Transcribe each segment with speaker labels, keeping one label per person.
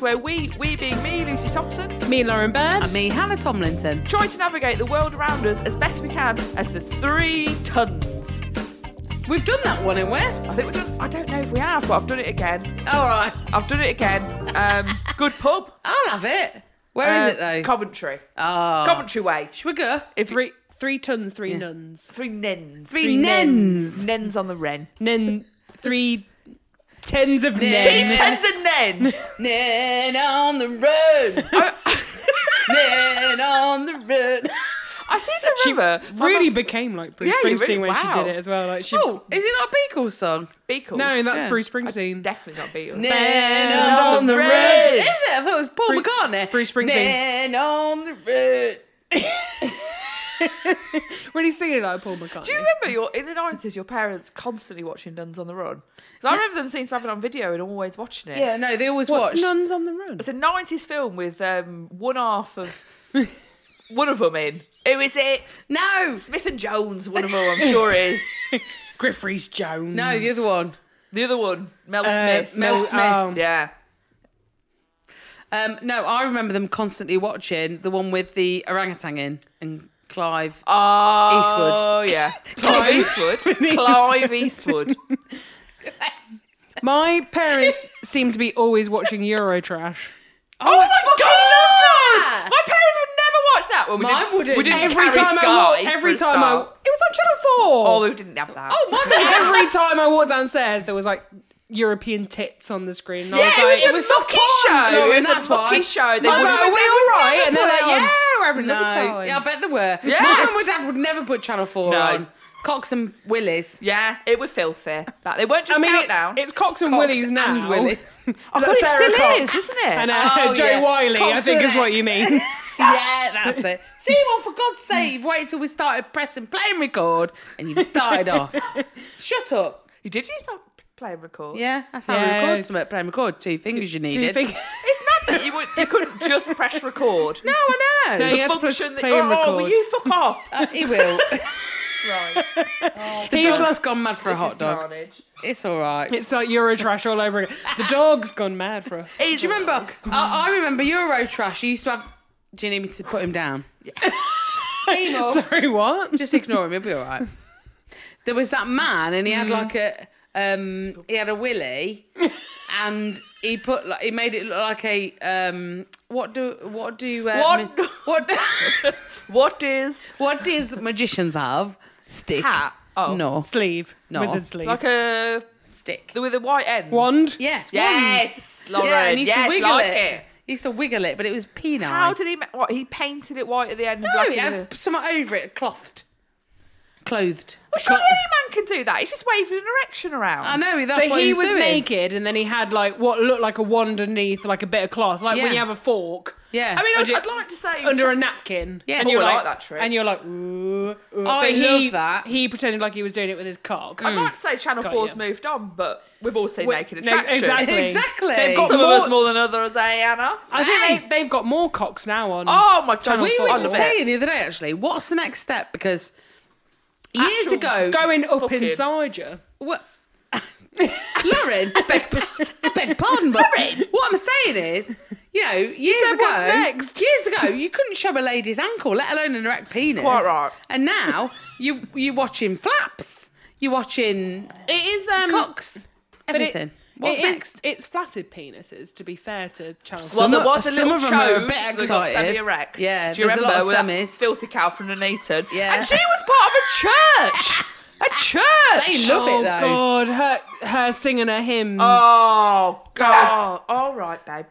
Speaker 1: where we, we being me, Lucy Thompson,
Speaker 2: Me, Lauren Bird.
Speaker 3: And me, Hannah Tomlinson.
Speaker 1: try to navigate the world around us as best we can as the three tons.
Speaker 3: We've done that one, haven't we?
Speaker 1: I think we've done, I don't know if we have, but I've done it again.
Speaker 3: All right.
Speaker 1: I've done it again. Um, good pub.
Speaker 3: I'll have it. Where is
Speaker 1: Uh,
Speaker 3: it, though?
Speaker 1: Coventry.
Speaker 3: oh.
Speaker 1: Coventry Way.
Speaker 3: Should we go?
Speaker 1: If
Speaker 2: Three, three tons, three nuns.
Speaker 1: Three nens.
Speaker 3: Three nens.
Speaker 1: Nens on the wren.
Speaker 2: Nen, three tens of nen.
Speaker 3: Nen.
Speaker 1: Three tens and nens.
Speaker 3: Nen on the road. Nen on the road.
Speaker 1: I seem to
Speaker 2: She
Speaker 1: remember. my
Speaker 2: really
Speaker 1: mum-
Speaker 2: became like Bruce
Speaker 1: Yeah, you
Speaker 2: Springsteen
Speaker 1: really-
Speaker 2: when she
Speaker 1: wow.
Speaker 2: did it as well. Like she,
Speaker 3: Oh, is it not a Beatles song?
Speaker 1: Beatles.
Speaker 2: no, that's
Speaker 3: yeah.
Speaker 2: Bruce Springsteen.
Speaker 1: Definitely not Beatles.
Speaker 3: Nen
Speaker 2: on the road.
Speaker 3: Is it? I thought it was Paul
Speaker 2: Bruce-
Speaker 3: McCartney.
Speaker 2: Bruce Springsteen.
Speaker 3: Nen on the road.
Speaker 2: really singing like Paul McCartney.
Speaker 1: Do you remember your in the nineties? Your parents constantly watching Nuns on the Run. 'Cause I remember them seems to have it on video and always watching it.
Speaker 3: Yeah, no, they always
Speaker 2: What's
Speaker 3: watched.
Speaker 2: Nuns on the Run?
Speaker 1: It's a nineties film with um, one half of one of them in. Who is it?
Speaker 3: no,
Speaker 1: Smith and Jones. One of them, I'm sure it is.
Speaker 2: Griffiths Jones.
Speaker 3: no, the other one.
Speaker 1: The other one, Mel
Speaker 2: Uh,
Speaker 1: Smith.
Speaker 3: Mel
Speaker 2: Oh,
Speaker 3: Smith.
Speaker 2: um,
Speaker 1: yeah.
Speaker 3: Um, no, I remember them constantly watching the one with the orangutan in and Clive.
Speaker 1: Oh, yeah. Clive Eastwood. Clive Eastwood.
Speaker 2: My parents seem to be always watching Eurotrash.
Speaker 1: Oh, my
Speaker 3: fucking
Speaker 1: god,
Speaker 3: love
Speaker 1: I love that!
Speaker 3: that!
Speaker 1: My parents would never watch that one. We
Speaker 3: Mine
Speaker 1: didn't,
Speaker 3: wouldn't.
Speaker 1: We didn't
Speaker 2: Every
Speaker 1: carry
Speaker 2: time I
Speaker 1: Sky
Speaker 2: walk,
Speaker 1: for
Speaker 2: every
Speaker 1: a
Speaker 2: time I,
Speaker 1: start.
Speaker 2: it was on Channel Four.
Speaker 1: Oh, we didn't have that.
Speaker 3: Oh my god!
Speaker 2: every time I walked downstairs, there was like European tits on the screen. And I was
Speaker 1: Yeah, it
Speaker 2: like,
Speaker 1: was a
Speaker 3: soft
Speaker 1: show.
Speaker 3: porn, Lauren,
Speaker 1: It was a
Speaker 3: that's why.
Speaker 1: fucking show. They
Speaker 3: Mum
Speaker 2: I was
Speaker 1: wouldn't-
Speaker 2: like, are
Speaker 3: and
Speaker 2: we
Speaker 3: Dad
Speaker 2: all
Speaker 3: would
Speaker 2: right?
Speaker 3: never
Speaker 2: And they're
Speaker 3: put
Speaker 2: like,
Speaker 3: it on. No,
Speaker 2: yeah, we're having a lovely time.
Speaker 3: yeah, I bet there were.
Speaker 1: Yeah.
Speaker 3: Mum and Dad would never put Channel Four
Speaker 1: No.
Speaker 3: on. Cox and Willis.
Speaker 1: yeah, it was filthy. That they weren't
Speaker 2: I
Speaker 1: just
Speaker 2: mean, it-
Speaker 1: countdown.
Speaker 2: it's Cox and
Speaker 3: Cox
Speaker 2: Willies now.
Speaker 3: and Willis.
Speaker 2: Is
Speaker 1: Oh,
Speaker 2: that
Speaker 1: God, it
Speaker 2: Sarah
Speaker 1: still
Speaker 2: Cox?
Speaker 1: is, isn't it?
Speaker 2: And uh,
Speaker 3: Oh,
Speaker 2: Joe
Speaker 3: yeah.
Speaker 2: Wiley, I
Speaker 3: Cox
Speaker 2: think
Speaker 3: with
Speaker 2: is what
Speaker 3: an
Speaker 2: you
Speaker 3: X.
Speaker 2: mean.
Speaker 3: yeah, that's it. See, well, for God's sake, you've waited till we started pressing play and record, and you've started off. Shut up.
Speaker 1: you did you start playing record?
Speaker 3: Yeah, that's how
Speaker 2: Yeah.
Speaker 3: we record something. Play and record. Two fingers you
Speaker 2: Do you
Speaker 3: needed.
Speaker 2: think?
Speaker 1: It's mad that you, would, you couldn't just press record.
Speaker 3: No, I know.
Speaker 2: No, you had to press
Speaker 1: Function that,
Speaker 2: play and
Speaker 1: oh, will
Speaker 2: record.
Speaker 1: you fuck off?
Speaker 3: Uh, he will.
Speaker 1: right.
Speaker 3: The
Speaker 2: He's
Speaker 3: dog's
Speaker 2: lost-
Speaker 3: gone mad for a
Speaker 1: This
Speaker 3: hot
Speaker 1: is
Speaker 3: dog.
Speaker 1: carnage.
Speaker 3: It's all right.
Speaker 2: It's like Eurotrash all over again. The dog's gone mad for.
Speaker 3: Do you remember? I, I remember Euro trash. You used to have. Do you need me to put him down? Seymour,
Speaker 2: Sorry, what?
Speaker 3: just ignore him. He'll be all right. There was that man, and he had like a um, he had a willy, and he put like he made it look like a um, what do what do uh,
Speaker 1: What-
Speaker 3: ma- what
Speaker 1: What
Speaker 3: do-
Speaker 1: is
Speaker 3: what does magicians have? Stick.
Speaker 1: hat? Oh,
Speaker 3: No.
Speaker 2: Sleeve.
Speaker 3: No.
Speaker 2: Wizard sleeve.
Speaker 1: like a
Speaker 3: Stick.
Speaker 1: with a white end.
Speaker 2: Wand.
Speaker 3: Yes.
Speaker 1: Yes,
Speaker 3: One.
Speaker 1: Lauren.
Speaker 3: Yeah, and he used
Speaker 1: yes,
Speaker 3: to wiggle
Speaker 1: like
Speaker 3: it. He used to wiggle it, but it was penile.
Speaker 1: How did he? ma- What he painted it white at the end. and
Speaker 3: No,
Speaker 1: black
Speaker 3: it
Speaker 1: in the middle.
Speaker 3: had something over it, clothed. Clothed.
Speaker 1: Well, surely any man can do that. He's just waving an erection around.
Speaker 3: I know, that's
Speaker 2: So
Speaker 3: what
Speaker 2: he,
Speaker 3: he
Speaker 2: was
Speaker 3: doing.
Speaker 2: naked, and then he had like what looked like a wand underneath, like a bit of cloth, like
Speaker 3: Yeah.
Speaker 2: when you have a fork.
Speaker 3: Yeah.
Speaker 1: I mean, I'd,
Speaker 2: Would you-
Speaker 1: I'd like to say
Speaker 2: under a napkin.
Speaker 3: Yeah.
Speaker 2: and
Speaker 3: Oh,
Speaker 2: you're
Speaker 1: I
Speaker 2: like,
Speaker 1: like that trick.
Speaker 2: And you're like, ooh, ooh.
Speaker 3: I
Speaker 2: But he-
Speaker 3: love that.
Speaker 2: He pretended like he was doing it with his cock.
Speaker 1: I'd like to say Channel
Speaker 2: Mm. Got
Speaker 1: 4's
Speaker 2: you.
Speaker 1: moved on, but we've all seen
Speaker 2: We-
Speaker 1: Naked
Speaker 2: no,
Speaker 1: Attraction.
Speaker 2: exactly.
Speaker 3: Exactly.
Speaker 2: They've got
Speaker 1: Some
Speaker 2: more-
Speaker 1: of us more than others, eh, Anna?
Speaker 2: I think
Speaker 3: Hey!
Speaker 2: they, they've got more cocks now on.
Speaker 1: Oh my god,
Speaker 2: Channel
Speaker 3: we
Speaker 2: four.
Speaker 3: were
Speaker 2: I
Speaker 3: just
Speaker 2: love it.
Speaker 3: saying the other day, actually, what's the next step? Because years
Speaker 1: Actual
Speaker 3: ago,
Speaker 2: going up
Speaker 1: Fucking-
Speaker 2: inside you.
Speaker 3: what, Lauren, I beg, pardon- I beg pardon, but what I'm saying is, you know, years
Speaker 2: said,
Speaker 3: ago,
Speaker 2: "What's next?"
Speaker 3: years ago, you couldn't show a lady's ankle, let alone an erect penis.
Speaker 1: Quite right.
Speaker 3: And now you you're watching flaps, you're watching
Speaker 2: It is um,
Speaker 3: cocks,
Speaker 2: but it-
Speaker 3: everything. what's
Speaker 2: it is-
Speaker 3: next?
Speaker 2: it's flaccid penises. To be fair to Channel
Speaker 1: Well,
Speaker 2: Four.
Speaker 3: Some
Speaker 1: there
Speaker 3: of-
Speaker 1: was a
Speaker 3: some
Speaker 1: little
Speaker 3: of 'em
Speaker 1: show
Speaker 3: are a bit
Speaker 1: that got
Speaker 3: excited.
Speaker 1: semi-erect.
Speaker 3: Yeah,
Speaker 1: do you
Speaker 3: there's a
Speaker 1: remember
Speaker 3: lot of
Speaker 1: with that
Speaker 3: semis.
Speaker 1: filthy cow from Nuneaton?
Speaker 3: Yeah.
Speaker 1: and she was part of a church. A church.
Speaker 3: They love
Speaker 2: oh
Speaker 3: it though.
Speaker 2: God, her her singing her hymns.
Speaker 1: Oh god. All right, babe.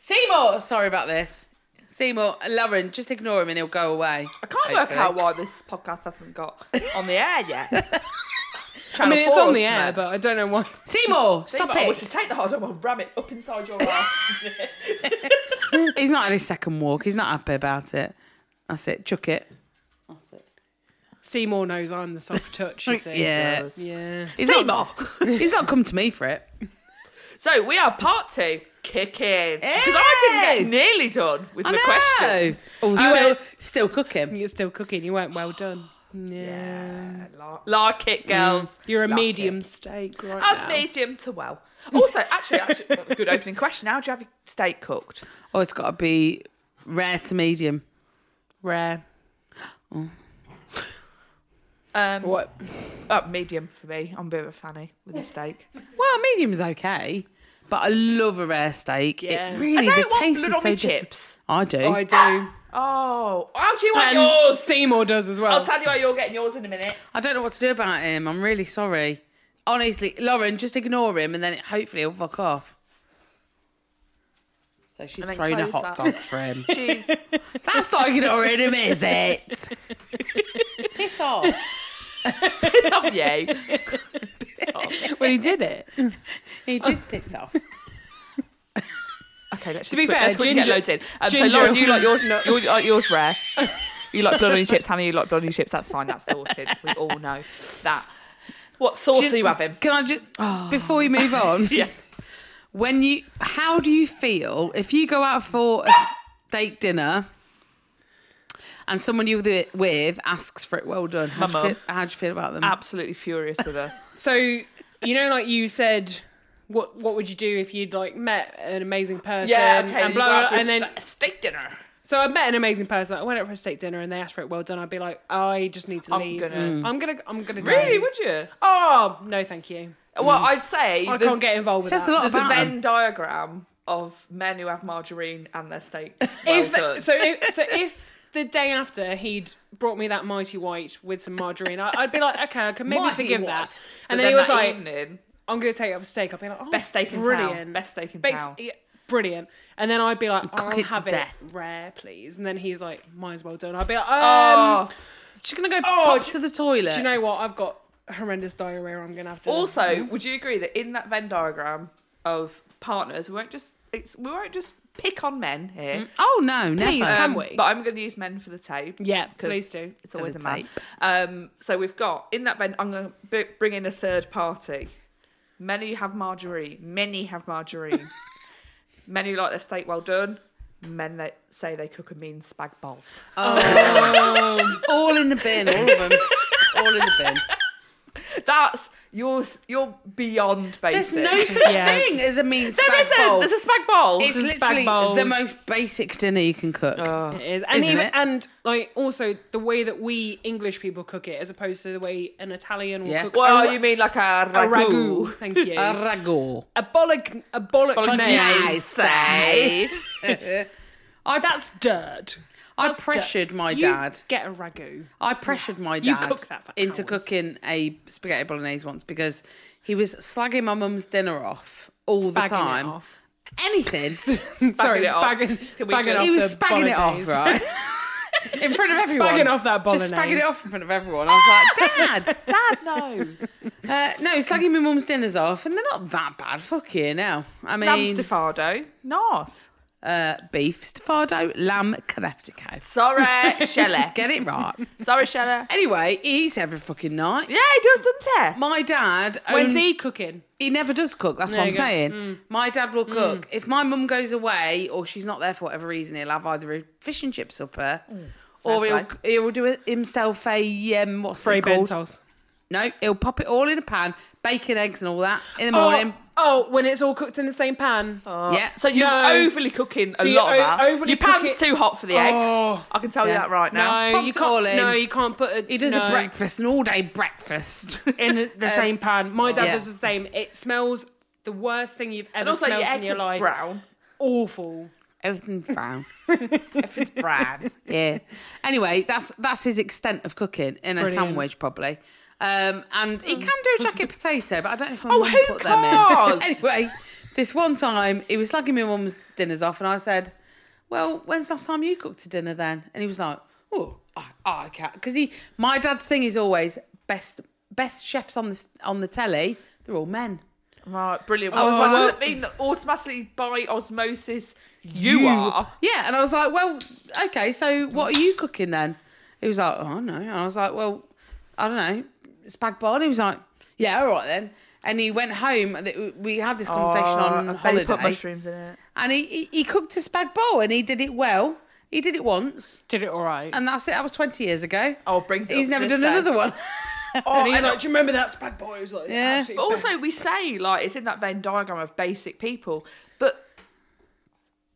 Speaker 3: Seymour, sorry about this. Seymour, Lauren, just ignore him and he'll go away.
Speaker 1: I can't work out why this podcast hasn't got on the air yet.
Speaker 2: I mean, it's on the air,
Speaker 1: but.
Speaker 2: but I don't know why.
Speaker 3: Seymour,
Speaker 1: Think
Speaker 3: stop
Speaker 1: about- I should
Speaker 3: it.
Speaker 1: take the hard one and ram it up inside your ass.
Speaker 3: He's not on his second walk. He's not happy about it. That's it. Chuck it.
Speaker 2: Seymour knows I'm the soft touch. You see.
Speaker 3: Yeah.
Speaker 2: Yeah.
Speaker 3: He's not, he's not come to me for it.
Speaker 1: so we are part two, kicking. Because I
Speaker 3: Hey!
Speaker 1: didn't get nearly done with
Speaker 3: I
Speaker 1: the
Speaker 3: know.
Speaker 1: questions.
Speaker 3: Oh, still, still cooking.
Speaker 2: You're still cooking. You weren't well done. Yeah.
Speaker 1: Yeah, like, like it, girls.
Speaker 3: Mm.
Speaker 2: You're a
Speaker 1: Like
Speaker 2: medium
Speaker 1: it.
Speaker 2: steak right
Speaker 1: As
Speaker 2: now.
Speaker 1: medium to well. Also, actually, actually, good opening question. How do you have your steak cooked?
Speaker 3: Oh, it's got to be rare to medium.
Speaker 2: Rare.
Speaker 1: Um,
Speaker 2: What?
Speaker 1: uh, medium for me. I'm a bit of a fanny with a steak.
Speaker 3: Well, medium's okay, but I love a rare steak.
Speaker 2: Yeah.
Speaker 3: It really
Speaker 1: I
Speaker 3: the
Speaker 1: don't want
Speaker 3: taste
Speaker 1: blood
Speaker 3: is
Speaker 1: on
Speaker 3: so
Speaker 1: my
Speaker 3: different.
Speaker 1: chips.
Speaker 3: I do.
Speaker 2: I do.
Speaker 1: Oh, how do you want
Speaker 2: And
Speaker 1: yours?
Speaker 2: Seymour does as well.
Speaker 1: I'll tell you how you're getting yours in a minute.
Speaker 3: I don't know what to do about him. I'm really sorry. Honestly, Lauren, just ignore him and then hopefully he'll fuck off. So
Speaker 1: And
Speaker 3: she's
Speaker 1: then
Speaker 3: throwing a
Speaker 1: close
Speaker 3: hot
Speaker 1: that.
Speaker 3: dog for him.
Speaker 1: Cheese.
Speaker 3: That's not ignoring him, is it? Piss off.
Speaker 1: Love you.
Speaker 2: when he did it.
Speaker 3: He did piss off.
Speaker 1: Okay, let's just
Speaker 2: To be
Speaker 1: quick-
Speaker 2: fair,
Speaker 1: let's quickly get
Speaker 2: ginger-
Speaker 1: loads in. Um,
Speaker 2: ginger
Speaker 1: so Lauren, you
Speaker 2: was-
Speaker 1: like yours, you like yours rare. you like blood on your chips, Hannah. You like blood on your chips. That's fine. That's sorted. We all know that. What sauce
Speaker 3: Do
Speaker 1: are you having?
Speaker 3: Can I just before we move on?
Speaker 1: Yeah.
Speaker 3: When you, how do you feel if you go out for a steak dinner and someone you were with asks for it? Well done. How do
Speaker 1: My
Speaker 3: you
Speaker 1: mum.
Speaker 3: feel, how do you feel about them?
Speaker 1: Absolutely furious with her.
Speaker 2: So you know, like you said, what what would you do if you'd like met an amazing person?
Speaker 1: Um,
Speaker 2: And blah, blah, blah, and then
Speaker 1: steak dinner.
Speaker 2: so I met an amazing person. I went out for a steak dinner and they asked for it. Well done. I'd be like, I just need to
Speaker 1: I'm
Speaker 2: leave.
Speaker 1: gonna- Mm.
Speaker 2: I'm gonna. I'm gonna.
Speaker 1: Really?
Speaker 2: go.
Speaker 1: Would you?
Speaker 2: Oh no, thank you.
Speaker 1: Well, I'd say
Speaker 2: I
Speaker 1: there's,
Speaker 2: can't get involved with
Speaker 3: says a
Speaker 2: that.
Speaker 3: lot
Speaker 1: there's a
Speaker 3: about 'em.
Speaker 1: Venn diagram of men who have margarine and their steak. Well
Speaker 2: if
Speaker 1: done.
Speaker 2: so, if, so if the day after he'd brought me that mighty white with some margarine, I, I'd be like, okay, I can maybe
Speaker 3: Mighty
Speaker 2: forgive
Speaker 3: White.
Speaker 2: that.
Speaker 1: But
Speaker 2: And then, he was
Speaker 1: that
Speaker 2: like,
Speaker 1: evening,
Speaker 2: I'm gonna take it up a steak. I'd be like, oh,
Speaker 1: best steak in
Speaker 2: brilliant.
Speaker 1: town. Best steak in
Speaker 2: Bas-
Speaker 1: town.
Speaker 2: yeah, brilliant. And then I'd be like,
Speaker 3: Cook
Speaker 2: I'll
Speaker 3: it to
Speaker 2: have it
Speaker 3: death.
Speaker 2: rare, please. And then he's like, might as well done. I'd be like,
Speaker 1: oh.
Speaker 2: um,
Speaker 3: She's gonna go
Speaker 2: Oh,
Speaker 3: pop
Speaker 2: do-
Speaker 3: to the toilet.
Speaker 2: do you know what? I've got horrendous diarrhea. I'm gonna have to.
Speaker 1: Also, would you agree that in that Venn diagram of partners, we won't just it's, we won't just pick on men here. um,
Speaker 3: oh no, never.
Speaker 2: Please, come- Can we?
Speaker 1: But I'm going to use men for the tape.
Speaker 2: yeah,
Speaker 1: 'cause
Speaker 2: please do.
Speaker 1: It's always a
Speaker 3: For the
Speaker 1: man. Um, so we've got in that Venn. I'm going to bring in a third party. Many who have margarine. Many have margarine. men who like their steak well done. Men that say they cook a mean spag bol.
Speaker 3: Oh. all in the bin, all of them, all in the bin.
Speaker 1: That's yours. You're beyond
Speaker 3: There's
Speaker 1: basic.
Speaker 3: no such
Speaker 2: Yeah.
Speaker 3: thing as a mean
Speaker 1: There
Speaker 3: spag
Speaker 1: isn't.
Speaker 3: bowl.
Speaker 1: There's a spag bol.
Speaker 3: it's
Speaker 2: a spag
Speaker 3: literally
Speaker 2: bowl.
Speaker 3: the most basic dinner you can cook.
Speaker 1: Oh.
Speaker 2: It is. And
Speaker 3: Isn't
Speaker 2: even,
Speaker 3: it?
Speaker 2: and like also the way that we English people cook it, as opposed to the way an Italian will
Speaker 3: Yes.
Speaker 2: cook
Speaker 1: Well,
Speaker 2: a,
Speaker 1: you mean like Uh, a
Speaker 2: a
Speaker 1: ragu.
Speaker 2: ragu. Thank you.
Speaker 3: A ragu.
Speaker 2: a bollock. A bollock.
Speaker 1: Bolognese.
Speaker 3: say.
Speaker 2: Oh, that's dirt.
Speaker 3: I
Speaker 2: That's dirt.
Speaker 3: pressured my
Speaker 2: You
Speaker 3: dad.
Speaker 2: get a ragu.
Speaker 3: I pressured my
Speaker 2: You
Speaker 3: dad
Speaker 2: cook that for
Speaker 3: into
Speaker 2: hours.
Speaker 3: cooking a spaghetti bolognese once because he was slagging my mum's dinner off all the
Speaker 2: Bagging it
Speaker 3: time.
Speaker 2: off.
Speaker 3: Anything.
Speaker 2: Sorry,
Speaker 1: it off.
Speaker 2: spagging,
Speaker 1: Can we
Speaker 2: spagging
Speaker 1: just-
Speaker 2: off
Speaker 3: he was
Speaker 2: the
Speaker 3: spagging it off,
Speaker 2: bolognese.
Speaker 3: right? in front of everyone.
Speaker 2: Spagging off that bolognese.
Speaker 3: Just spagging it off in front of everyone. I was like, Dad,
Speaker 1: Dad, Ah, no.
Speaker 3: Uh, no, slagging my mum's dinners off, and they're not that bad. Fuck you now. I
Speaker 1: Lamb
Speaker 3: mean,
Speaker 1: stifado. Nice.
Speaker 3: uh, beef stafado, lamb connecticut.
Speaker 1: Sorry, Shelley.
Speaker 3: Get it right.
Speaker 1: Sorry, Shelley.
Speaker 3: anyway, he eats every fucking night.
Speaker 1: Yeah, he does, doesn't he?
Speaker 3: My dad,
Speaker 2: When's
Speaker 3: own-
Speaker 2: he cooking?
Speaker 3: he never does cook. That's
Speaker 2: There
Speaker 3: what I'm
Speaker 2: you go. Mm.
Speaker 3: saying. My dad will cook. If my mum goes away or she's not there for whatever reason, he'll have either a fish and chip supper,
Speaker 2: Mm.
Speaker 3: or
Speaker 1: fair
Speaker 3: he'll he'll do it himself a um, what's
Speaker 2: Free
Speaker 3: it called?
Speaker 2: bentos.
Speaker 3: No, he'll pop it all in a pan, bacon, eggs, and all that in the morning.
Speaker 2: Oh, oh, when it's all cooked in the same pan.
Speaker 1: Oh.
Speaker 3: yeah,
Speaker 1: So you're
Speaker 2: No.
Speaker 1: overly cooking a
Speaker 2: So you
Speaker 1: lot of
Speaker 2: o-
Speaker 1: that.
Speaker 2: overly
Speaker 1: Your pan's
Speaker 2: cook it-
Speaker 1: too hot for the
Speaker 2: Oh.
Speaker 1: eggs. I can tell
Speaker 3: Yeah.
Speaker 1: you that right now.
Speaker 2: No,
Speaker 3: Pops
Speaker 2: you
Speaker 3: it
Speaker 2: can't.
Speaker 3: all in.
Speaker 2: No, you can't put a.
Speaker 3: He does
Speaker 2: no.
Speaker 3: a breakfast, an all day breakfast.
Speaker 2: in the
Speaker 1: Um,
Speaker 2: same pan. My dad
Speaker 3: Yeah.
Speaker 2: does the same. It smells the worst thing you've ever
Speaker 1: And also,
Speaker 2: smelled
Speaker 1: your
Speaker 2: in
Speaker 1: eggs
Speaker 2: your
Speaker 1: are
Speaker 2: life.
Speaker 1: brown.
Speaker 2: Awful.
Speaker 3: Everything brown.
Speaker 1: Everything's brown.
Speaker 3: Yeah. Anyway, that's that's his extent of cooking in a
Speaker 2: Brilliant.
Speaker 3: sandwich, probably. Um, and he can do a jacket potato, but I don't know if my
Speaker 1: Oh,
Speaker 3: mum
Speaker 1: who
Speaker 3: put them
Speaker 1: can't?
Speaker 3: in. anyway, this one time he was slagging my mum's dinners off, and I said, "Well, when's the last time you cooked a dinner then?" And he was like, "Oh, I, I can't," because he my dad's thing is always best best chefs on the s- on the telly. They're all men.
Speaker 1: Right, brilliant. I was
Speaker 2: Oh,
Speaker 1: like,
Speaker 2: well-
Speaker 1: does that mean that automatically by osmosis you, are?
Speaker 3: Yeah, and I was like, well, okay, so what are you cooking then? He was like, oh, no. And I was like, well, I don't know, spag bol. He was like, yeah, all right then. And he went home. and it- We had this conversation on
Speaker 1: Oh, they put
Speaker 3: holiday,
Speaker 1: mushrooms in it.
Speaker 3: and he, he he cooked a spag bol, and he did it well. He did it once,
Speaker 2: Did it all right.
Speaker 3: and that's it. That was twenty years ago.
Speaker 1: Oh, brings it
Speaker 3: He's
Speaker 1: up to
Speaker 3: never
Speaker 1: this
Speaker 3: done
Speaker 1: day.
Speaker 3: another one.
Speaker 1: Oh,
Speaker 2: and he's like, do you remember that Spag Boy? He was like,
Speaker 3: Yeah.
Speaker 2: absolutely
Speaker 1: But also, we say like it's in that Venn diagram of basic people, but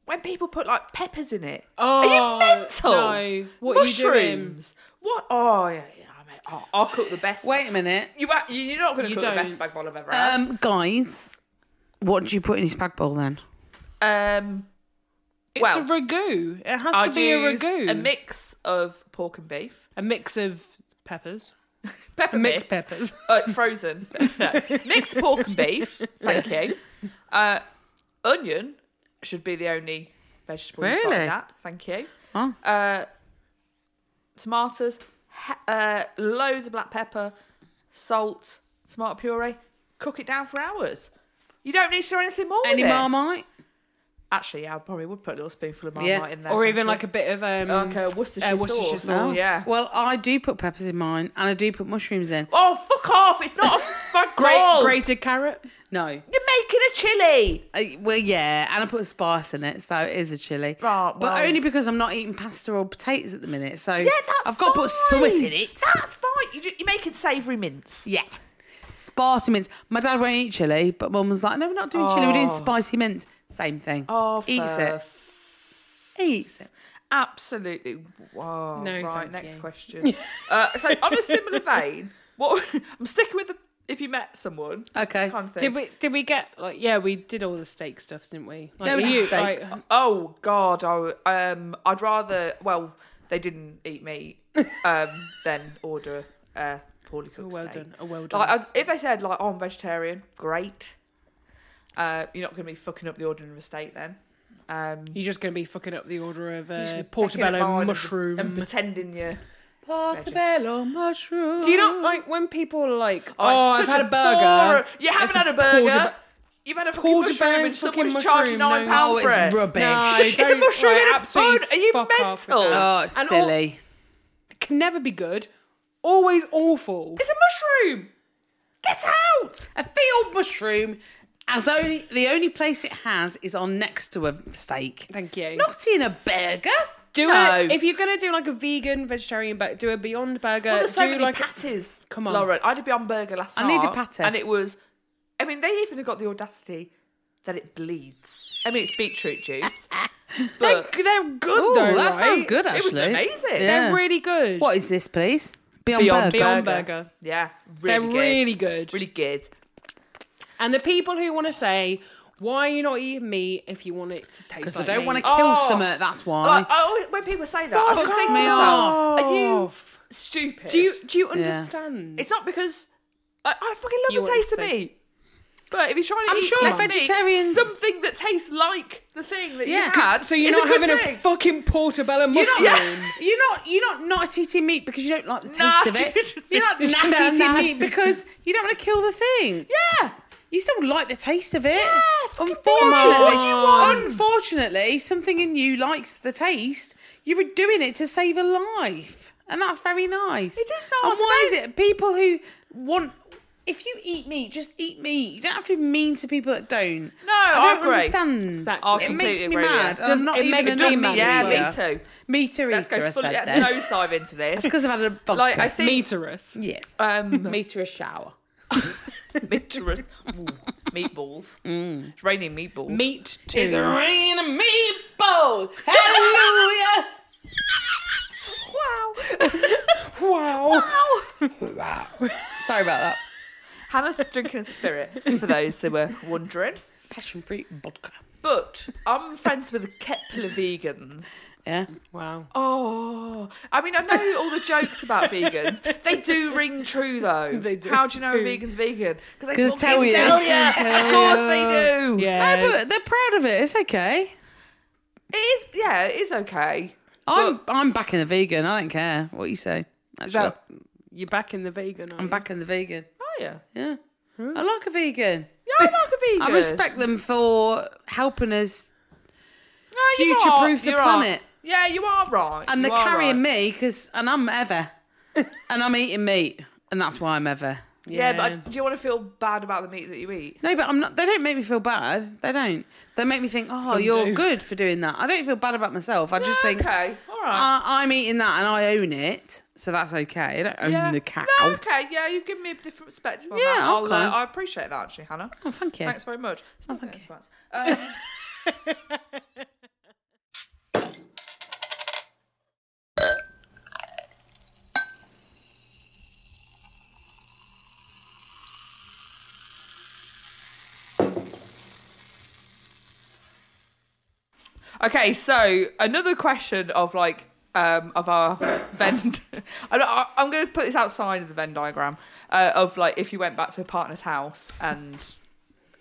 Speaker 1: when people put like peppers in it,
Speaker 2: Oh,
Speaker 1: are you mental?
Speaker 2: no. What are you
Speaker 1: Mushrooms?
Speaker 2: doing?
Speaker 1: What? Oh yeah, yeah. I mean, oh, I'll cook the best.
Speaker 3: Wait a minute.
Speaker 1: You, are- you- you're not going to
Speaker 2: You
Speaker 1: cook the
Speaker 2: don't.
Speaker 1: best spag bowl I've ever had.
Speaker 3: Um, guys, what do you put in your spag bowl then?
Speaker 1: Um,
Speaker 2: It's
Speaker 1: well,
Speaker 2: a ragu. It has
Speaker 1: I
Speaker 2: to be a
Speaker 1: use
Speaker 2: ragu.
Speaker 1: a mix of pork and beef,
Speaker 2: A mix of peppers.
Speaker 1: pepper mix.
Speaker 2: Mixed peppers.
Speaker 1: uh, frozen, No. mixed pork and beef. Thank you. Uh, onion should be the only vegetable. you buy
Speaker 3: Really?
Speaker 1: that. Thank you.
Speaker 3: Oh.
Speaker 1: Uh, tomatoes, he- uh, loads of black pepper, salt, tomato puree. Cook it down for hours. You don't need to do anything more.
Speaker 3: Any
Speaker 1: with it.
Speaker 3: marmite?
Speaker 1: Actually, yeah, I probably would put a little spoonful of marmite
Speaker 3: Yeah.
Speaker 1: in there.
Speaker 2: or
Speaker 1: thank
Speaker 2: even
Speaker 1: you.
Speaker 2: like a bit of um
Speaker 1: like a Worcestershire,
Speaker 2: uh, Worcestershire
Speaker 1: sauce.
Speaker 2: sauce.
Speaker 1: Oh, Yeah.
Speaker 3: Well, I do put peppers in mine, and I do put mushrooms in.
Speaker 1: Oh, fuck off! It's not a spag
Speaker 2: great
Speaker 1: bol.
Speaker 2: grated carrot.
Speaker 3: No.
Speaker 1: You're making a chili.
Speaker 3: Uh, well, yeah, and I put spice in it, so it is a chili.
Speaker 1: Right, well-
Speaker 3: But only because I'm not eating pasta or potatoes at the minute, so
Speaker 1: Yeah, that's
Speaker 3: I've got to put
Speaker 1: fine.
Speaker 3: suet in it.
Speaker 1: That's fine. You ju- you're making savoury mince.
Speaker 3: Yeah. Spicy mince. My dad won't eat chili, but mum was like, no, we're not doing chili, we're doing spicy mince. Same thing.
Speaker 1: Oh,
Speaker 3: Eats
Speaker 1: for
Speaker 3: it. Eats it.
Speaker 1: Absolutely. Wow.
Speaker 2: No,
Speaker 1: right,
Speaker 2: thank
Speaker 1: next
Speaker 2: you.
Speaker 1: question. uh, so on a similar vein, what I'm sticking with the if you met someone
Speaker 3: Okay.
Speaker 1: kind of thing.
Speaker 2: Did we did we get like yeah, we did all the steak stuff, didn't we? Like,
Speaker 3: No, we
Speaker 2: you,
Speaker 3: had steaks.
Speaker 2: like-
Speaker 1: oh God, I um I'd rather well they didn't eat meat um than order a poorly cooked
Speaker 2: oh, well
Speaker 1: steak.
Speaker 2: done. Oh, well done.
Speaker 1: Like I, if they said like oh, I'm vegetarian, great. Uh, you're not going to be fucking up the ordering of a steak then. Um,
Speaker 2: You're just going to be fucking up the order of
Speaker 1: Just
Speaker 2: uh,
Speaker 1: picking it
Speaker 2: portobello
Speaker 1: on
Speaker 2: mushroom.
Speaker 1: and, and pretending you.
Speaker 3: Portobello mushroom.
Speaker 2: Do you not like when people are like, oh,
Speaker 1: it's
Speaker 2: I've
Speaker 1: such
Speaker 2: had a burger.
Speaker 1: bore- You haven't
Speaker 2: It's
Speaker 1: had a burger.
Speaker 2: portobe-
Speaker 1: You've had a fucking mushroom
Speaker 2: portobello
Speaker 1: and someone's
Speaker 2: fucking
Speaker 1: charging
Speaker 2: mushroom, no.
Speaker 1: nine
Speaker 3: Oh,
Speaker 1: pounds for
Speaker 3: it's
Speaker 1: it.
Speaker 3: rubbish.
Speaker 2: No,
Speaker 1: It's a
Speaker 2: don't-
Speaker 1: mushroom
Speaker 2: like,
Speaker 1: in a
Speaker 2: absolutely
Speaker 1: bun. Are you
Speaker 2: fuck off with
Speaker 1: mental?
Speaker 2: that.
Speaker 3: Oh, it's
Speaker 2: And all-
Speaker 3: silly.
Speaker 2: can never be good. Always awful.
Speaker 1: It's a mushroom. Get out.
Speaker 3: A field mushroom, as only the only place it has is on next to a steak.
Speaker 2: Thank you.
Speaker 3: Not in a burger.
Speaker 2: do
Speaker 1: no.
Speaker 2: it if you're gonna do like a vegan vegetarian burger. Do a Beyond Burger.
Speaker 1: Well, there's so
Speaker 2: Uh, do
Speaker 1: many
Speaker 2: like
Speaker 1: patties.
Speaker 2: Come on.
Speaker 1: Lauren. I did be on burger last
Speaker 3: I
Speaker 1: night.
Speaker 3: need a patty.
Speaker 1: And it was. I mean, they even have got the audacity that it bleeds. I mean, it's beetroot juice, but
Speaker 2: they're, they're good
Speaker 3: Ooh, that
Speaker 2: though. right?
Speaker 3: sounds good
Speaker 1: it was
Speaker 3: actually.
Speaker 1: amazing.
Speaker 3: Yeah.
Speaker 2: They're really good.
Speaker 3: What is this, please? Beyond,
Speaker 1: Beyond
Speaker 3: burger.
Speaker 2: Beyond Burger.
Speaker 1: Yeah,
Speaker 2: They're
Speaker 1: really good.
Speaker 2: really good.
Speaker 1: really good.
Speaker 2: And the people who want to say, why are you not eating meat if you want it to taste like
Speaker 3: Because I don't want to
Speaker 2: meat?"
Speaker 1: Oh.
Speaker 3: kill some summer. That's why.
Speaker 1: Like, I always, when people say that, I
Speaker 2: Fuck
Speaker 1: just think to
Speaker 3: me
Speaker 1: myself, are you
Speaker 2: off.
Speaker 1: stupid?
Speaker 2: Do you do you understand?
Speaker 1: It's not because I, I fucking love the
Speaker 2: You want
Speaker 1: taste of
Speaker 2: exercise.
Speaker 1: meat. But if you're trying to
Speaker 3: I'm
Speaker 1: eat
Speaker 3: sure
Speaker 1: less meat,
Speaker 3: vegetarians-
Speaker 1: something that tastes like the thing that
Speaker 3: Yeah,
Speaker 1: you
Speaker 3: 'cause-
Speaker 1: had,
Speaker 2: so you're
Speaker 1: is
Speaker 2: not
Speaker 1: a good
Speaker 2: having
Speaker 1: thing.
Speaker 2: a fucking portobello mushroom.
Speaker 3: You're not, you're not you're not not eating meat because you don't like the taste
Speaker 1: Nah,
Speaker 3: of it.
Speaker 1: dude.
Speaker 3: You're not not
Speaker 2: Nah,
Speaker 3: eating
Speaker 2: nah.
Speaker 3: meat because you don't want to kill the thing.
Speaker 1: yeah.
Speaker 3: You still like the taste of it.
Speaker 1: fucking
Speaker 3: unfortunately,
Speaker 1: do it. What do you want?
Speaker 3: unfortunately, something in you likes the taste. You were doing it to save a life, and that's very nice. It
Speaker 1: is nice,
Speaker 3: And why is it people who want? If you eat meat, just eat meat. You don't have to be mean to people that don't.
Speaker 1: No,
Speaker 3: I don't
Speaker 1: I agree.
Speaker 3: understand.
Speaker 1: Exactly. I
Speaker 3: It makes me
Speaker 1: completely agree,
Speaker 3: mad.
Speaker 1: yeah.
Speaker 3: and
Speaker 2: Does-
Speaker 3: I'm not
Speaker 2: it
Speaker 3: even
Speaker 2: makes
Speaker 3: an
Speaker 2: me
Speaker 3: meat
Speaker 2: mad
Speaker 1: Yeah,
Speaker 2: as
Speaker 3: eater.
Speaker 1: me too.
Speaker 3: Meter
Speaker 1: Let's
Speaker 3: eater,
Speaker 1: go
Speaker 3: I
Speaker 1: fully,
Speaker 3: said
Speaker 1: let's
Speaker 3: then.
Speaker 1: nose dive into this.
Speaker 3: Because I've had a vodka.
Speaker 1: Like, I think
Speaker 2: Meaterous.
Speaker 3: yes.
Speaker 1: um,
Speaker 3: Meter a shower.
Speaker 1: meatless- ooh, meatballs. It's raining meatballs.
Speaker 2: Meat
Speaker 3: It's a
Speaker 2: too.
Speaker 3: rain of meatballs. Hallelujah.
Speaker 1: Wow.
Speaker 2: Wow.
Speaker 1: wow.
Speaker 3: Wow. Sorry about that.
Speaker 1: Hannah's drinking a spirit, for those who were wondering.
Speaker 3: Passion fruit vodka.
Speaker 1: But I'm friends with a couple of vegans.
Speaker 3: Yeah.
Speaker 2: Wow.
Speaker 1: Oh, I mean, I know all the jokes about vegans. They do ring true, though.
Speaker 2: They do.
Speaker 1: How do you know a vegan's vegan? Because they
Speaker 3: 'Cause
Speaker 1: fucking
Speaker 3: tell you.
Speaker 1: tell you.
Speaker 2: Tell
Speaker 1: of course
Speaker 2: you.
Speaker 1: they do.
Speaker 2: Yeah.
Speaker 3: No, but they're proud of it. It's okay.
Speaker 1: It is. Yeah, it is okay.
Speaker 3: I'm I'm back in the vegan. I don't care what you say.
Speaker 2: Is
Speaker 3: Actually,
Speaker 2: that- you're back in the vegan.
Speaker 3: I'm back in the vegan.
Speaker 1: Are you?
Speaker 3: Yeah. I like a vegan.
Speaker 1: Yeah, I'm like a vegan.
Speaker 3: I respect them for helping us
Speaker 1: No, Oh, you
Speaker 3: future
Speaker 1: are.
Speaker 3: proof the
Speaker 1: You're Right.
Speaker 3: planet.
Speaker 1: Yeah, you are right.
Speaker 3: and
Speaker 1: you
Speaker 3: they're
Speaker 1: are right.
Speaker 3: carrying me 'cause me because and I'm ever and I'm eating meat and that's why I'm ever.
Speaker 1: Yeah, but I- do you want to feel bad about the meat that you eat?
Speaker 3: No, but I'm not. They don't make me feel bad. They don't. They make me think, oh,
Speaker 2: Some
Speaker 3: you're
Speaker 2: do.
Speaker 3: good for doing that. I don't feel bad about myself. I just think,
Speaker 1: okay, all right.
Speaker 3: I, I'm eating that and I own it, so that's okay. I don't own
Speaker 1: yeah.
Speaker 3: the cow.
Speaker 1: No, okay, yeah, you've given me a different perspective on
Speaker 3: Yeah,
Speaker 1: that. I'll,
Speaker 3: okay.
Speaker 1: uh, I appreciate that actually, Hannah.
Speaker 3: Oh, thank you.
Speaker 1: Thanks very much. Stop
Speaker 3: thank
Speaker 1: it, Um,
Speaker 3: you.
Speaker 1: twats. Um, Okay, so another question of like um, of our Venn. I don't- I- I'm going to put this outside of the Venn diagram uh, of like if you went back to a partner's house and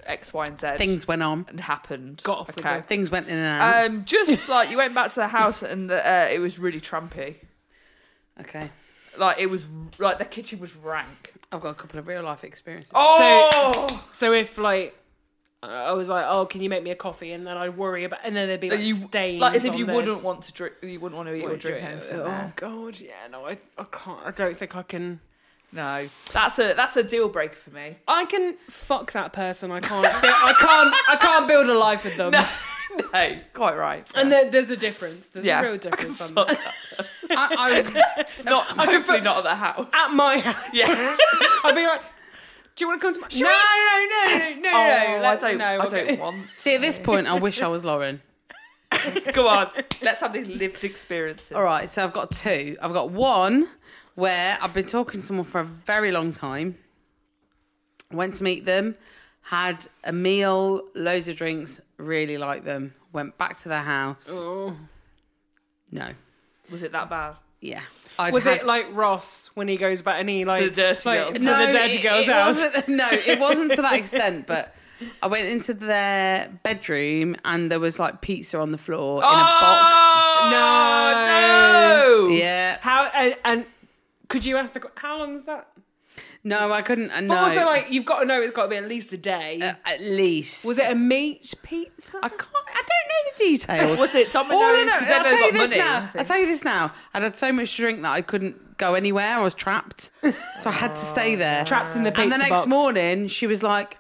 Speaker 1: X, Y, and Z
Speaker 3: Things went on.
Speaker 1: and happened.
Speaker 2: Got off the
Speaker 1: okay.
Speaker 2: grid.
Speaker 3: Things went in and out.
Speaker 1: Um, just like you went back to the house and the, uh, it was really trampy.
Speaker 3: okay.
Speaker 1: Like it was like the kitchen was rank.
Speaker 3: I've got a couple of real life experiences.
Speaker 1: Oh,
Speaker 2: So if like I was like, oh, can you make me a coffee? And then I'd worry about, and then there'd be like
Speaker 1: you
Speaker 2: stains.
Speaker 1: like as if
Speaker 2: on
Speaker 1: you
Speaker 2: the-
Speaker 1: wouldn't want to drink, you wouldn't want to eat or
Speaker 2: Wouldn't
Speaker 1: drink
Speaker 2: drink it.
Speaker 1: anything.
Speaker 2: Oh
Speaker 1: there.
Speaker 2: god, yeah, no, I, I can't. I don't think I can.
Speaker 1: No, that's a that's a deal breaker for me.
Speaker 2: I can fuck that person. I can't. I can't. I can't build a life with them.
Speaker 1: No, no, quite right.
Speaker 2: And there, there's a difference. There's
Speaker 1: Yeah.
Speaker 2: a real difference on that.
Speaker 3: I,
Speaker 1: not hopefully
Speaker 2: prefer-
Speaker 1: not at the house.
Speaker 2: At my house,
Speaker 1: yes.
Speaker 2: I'd be like, "Do you want to come to my?" no, no, no, no,
Speaker 1: Oh,
Speaker 2: no, no.
Speaker 1: I
Speaker 2: let-
Speaker 1: don't.
Speaker 2: No,
Speaker 1: I
Speaker 2: okay.
Speaker 1: don't want.
Speaker 3: I, see, at this point, I wish I was Lauren.
Speaker 1: Go on. Let's have these lived experiences.
Speaker 3: All right, so I've got two. I've got one where I've been talking to someone for a very long time. Went to meet them, had a meal, loads of drinks, really liked them. Went back to their house.
Speaker 2: Oh.
Speaker 3: No.
Speaker 1: Was it that bad?
Speaker 3: Yeah. I'd
Speaker 2: Was
Speaker 3: had-
Speaker 2: it like Ross when he goes back and he like
Speaker 1: the dirty
Speaker 2: like,
Speaker 1: girls.
Speaker 2: to
Speaker 3: No,
Speaker 2: the dirty
Speaker 3: it-
Speaker 2: girls
Speaker 3: it
Speaker 2: house?
Speaker 3: wasn't- no, it wasn't to that extent, but I went into their bedroom and there was like pizza on the floor in a box.
Speaker 2: Oh!
Speaker 1: No.
Speaker 2: No.
Speaker 1: No.
Speaker 3: Oh! Yeah.
Speaker 2: How and, and could you ask the qu- how long is that?
Speaker 3: No, I couldn't. Uh,
Speaker 2: But
Speaker 3: no.
Speaker 2: also like you've got to know it's got to be at least a day.
Speaker 3: Uh, at least
Speaker 2: was it a meat pizza?
Speaker 3: I can't. I don't know the details.
Speaker 1: Was it
Speaker 3: All
Speaker 1: Domino's?
Speaker 3: I know,
Speaker 1: 'Cause they've
Speaker 3: I'll
Speaker 1: never
Speaker 3: tell you
Speaker 1: got
Speaker 3: this
Speaker 1: money,
Speaker 3: now.
Speaker 1: have they?
Speaker 3: I'll tell you this now. I'd had so much to drink that I couldn't go anywhere. I was trapped, so I had to stay there.
Speaker 1: Oh.
Speaker 2: Trapped in the pizza
Speaker 3: And the next
Speaker 2: box.
Speaker 3: morning, she was like,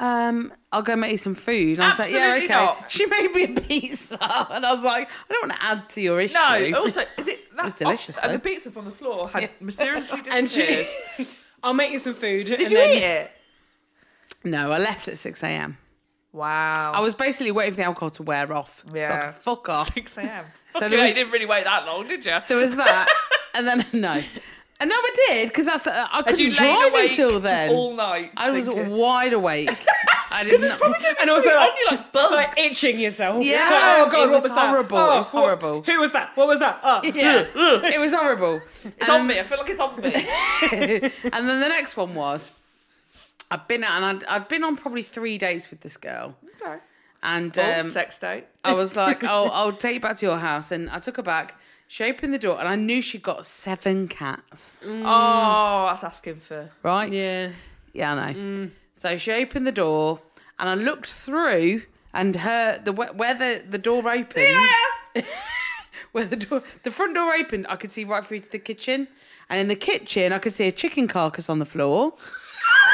Speaker 3: um, "I'll go make you some food." And I was like,
Speaker 1: Absolutely
Speaker 3: "Yeah, okay."
Speaker 1: not.
Speaker 3: She made me a pizza, and I was like, "I don't want to add to your issue."
Speaker 1: No. Also, is it that
Speaker 3: was delicious,
Speaker 1: And the
Speaker 3: though.
Speaker 1: pizza from the floor had mysteriously disappeared.
Speaker 2: and she, I'll make you some food.
Speaker 1: Did you eat it?
Speaker 3: No, I left at six a.m.
Speaker 1: Wow.
Speaker 3: I was basically waiting for the alcohol to wear off. So I
Speaker 1: Yeah.
Speaker 3: could fuck off.
Speaker 1: six a.m.
Speaker 3: So
Speaker 1: So
Speaker 3: there was-
Speaker 1: you didn't really wait that long, did you?
Speaker 3: There was that, and then no, and no, I did because that's uh, I
Speaker 1: Had
Speaker 3: couldn't
Speaker 1: you laid
Speaker 3: drive
Speaker 1: awake
Speaker 3: until then.
Speaker 1: all night?
Speaker 3: I was
Speaker 1: thinking-
Speaker 3: wide awake. I didn't.
Speaker 2: And also,
Speaker 1: Food on
Speaker 2: like,
Speaker 1: you like bugs.
Speaker 2: like itching yourself.
Speaker 3: Yeah,
Speaker 2: Like, oh god,
Speaker 3: it
Speaker 2: what
Speaker 3: was
Speaker 2: was that?
Speaker 3: horrible, it
Speaker 2: Oh,
Speaker 3: was
Speaker 2: what-
Speaker 3: horrible.
Speaker 2: Who was that? What was that? Oh.
Speaker 3: Yeah, it was horrible.
Speaker 1: It's
Speaker 3: um,
Speaker 1: on me. I feel like it's on me.
Speaker 3: And then the next one was, I'd been out and I'd, I'd been on probably three dates with this girl,
Speaker 1: Okay.
Speaker 3: and
Speaker 1: Oh,
Speaker 3: um,
Speaker 1: sex date.
Speaker 3: I was like, "Oh, I'll take you back to your house," and I took her back. She opened the door, and I knew she got seven cats.
Speaker 1: Oh, that's asking for.
Speaker 3: Right?
Speaker 2: Yeah.
Speaker 3: Yeah, I know. Mm. So she opened the door, and I looked through, and her the wh- where the, the door opened, where the door the front door opened, I could see right through to the kitchen, and in the kitchen I could see a chicken carcass on the floor,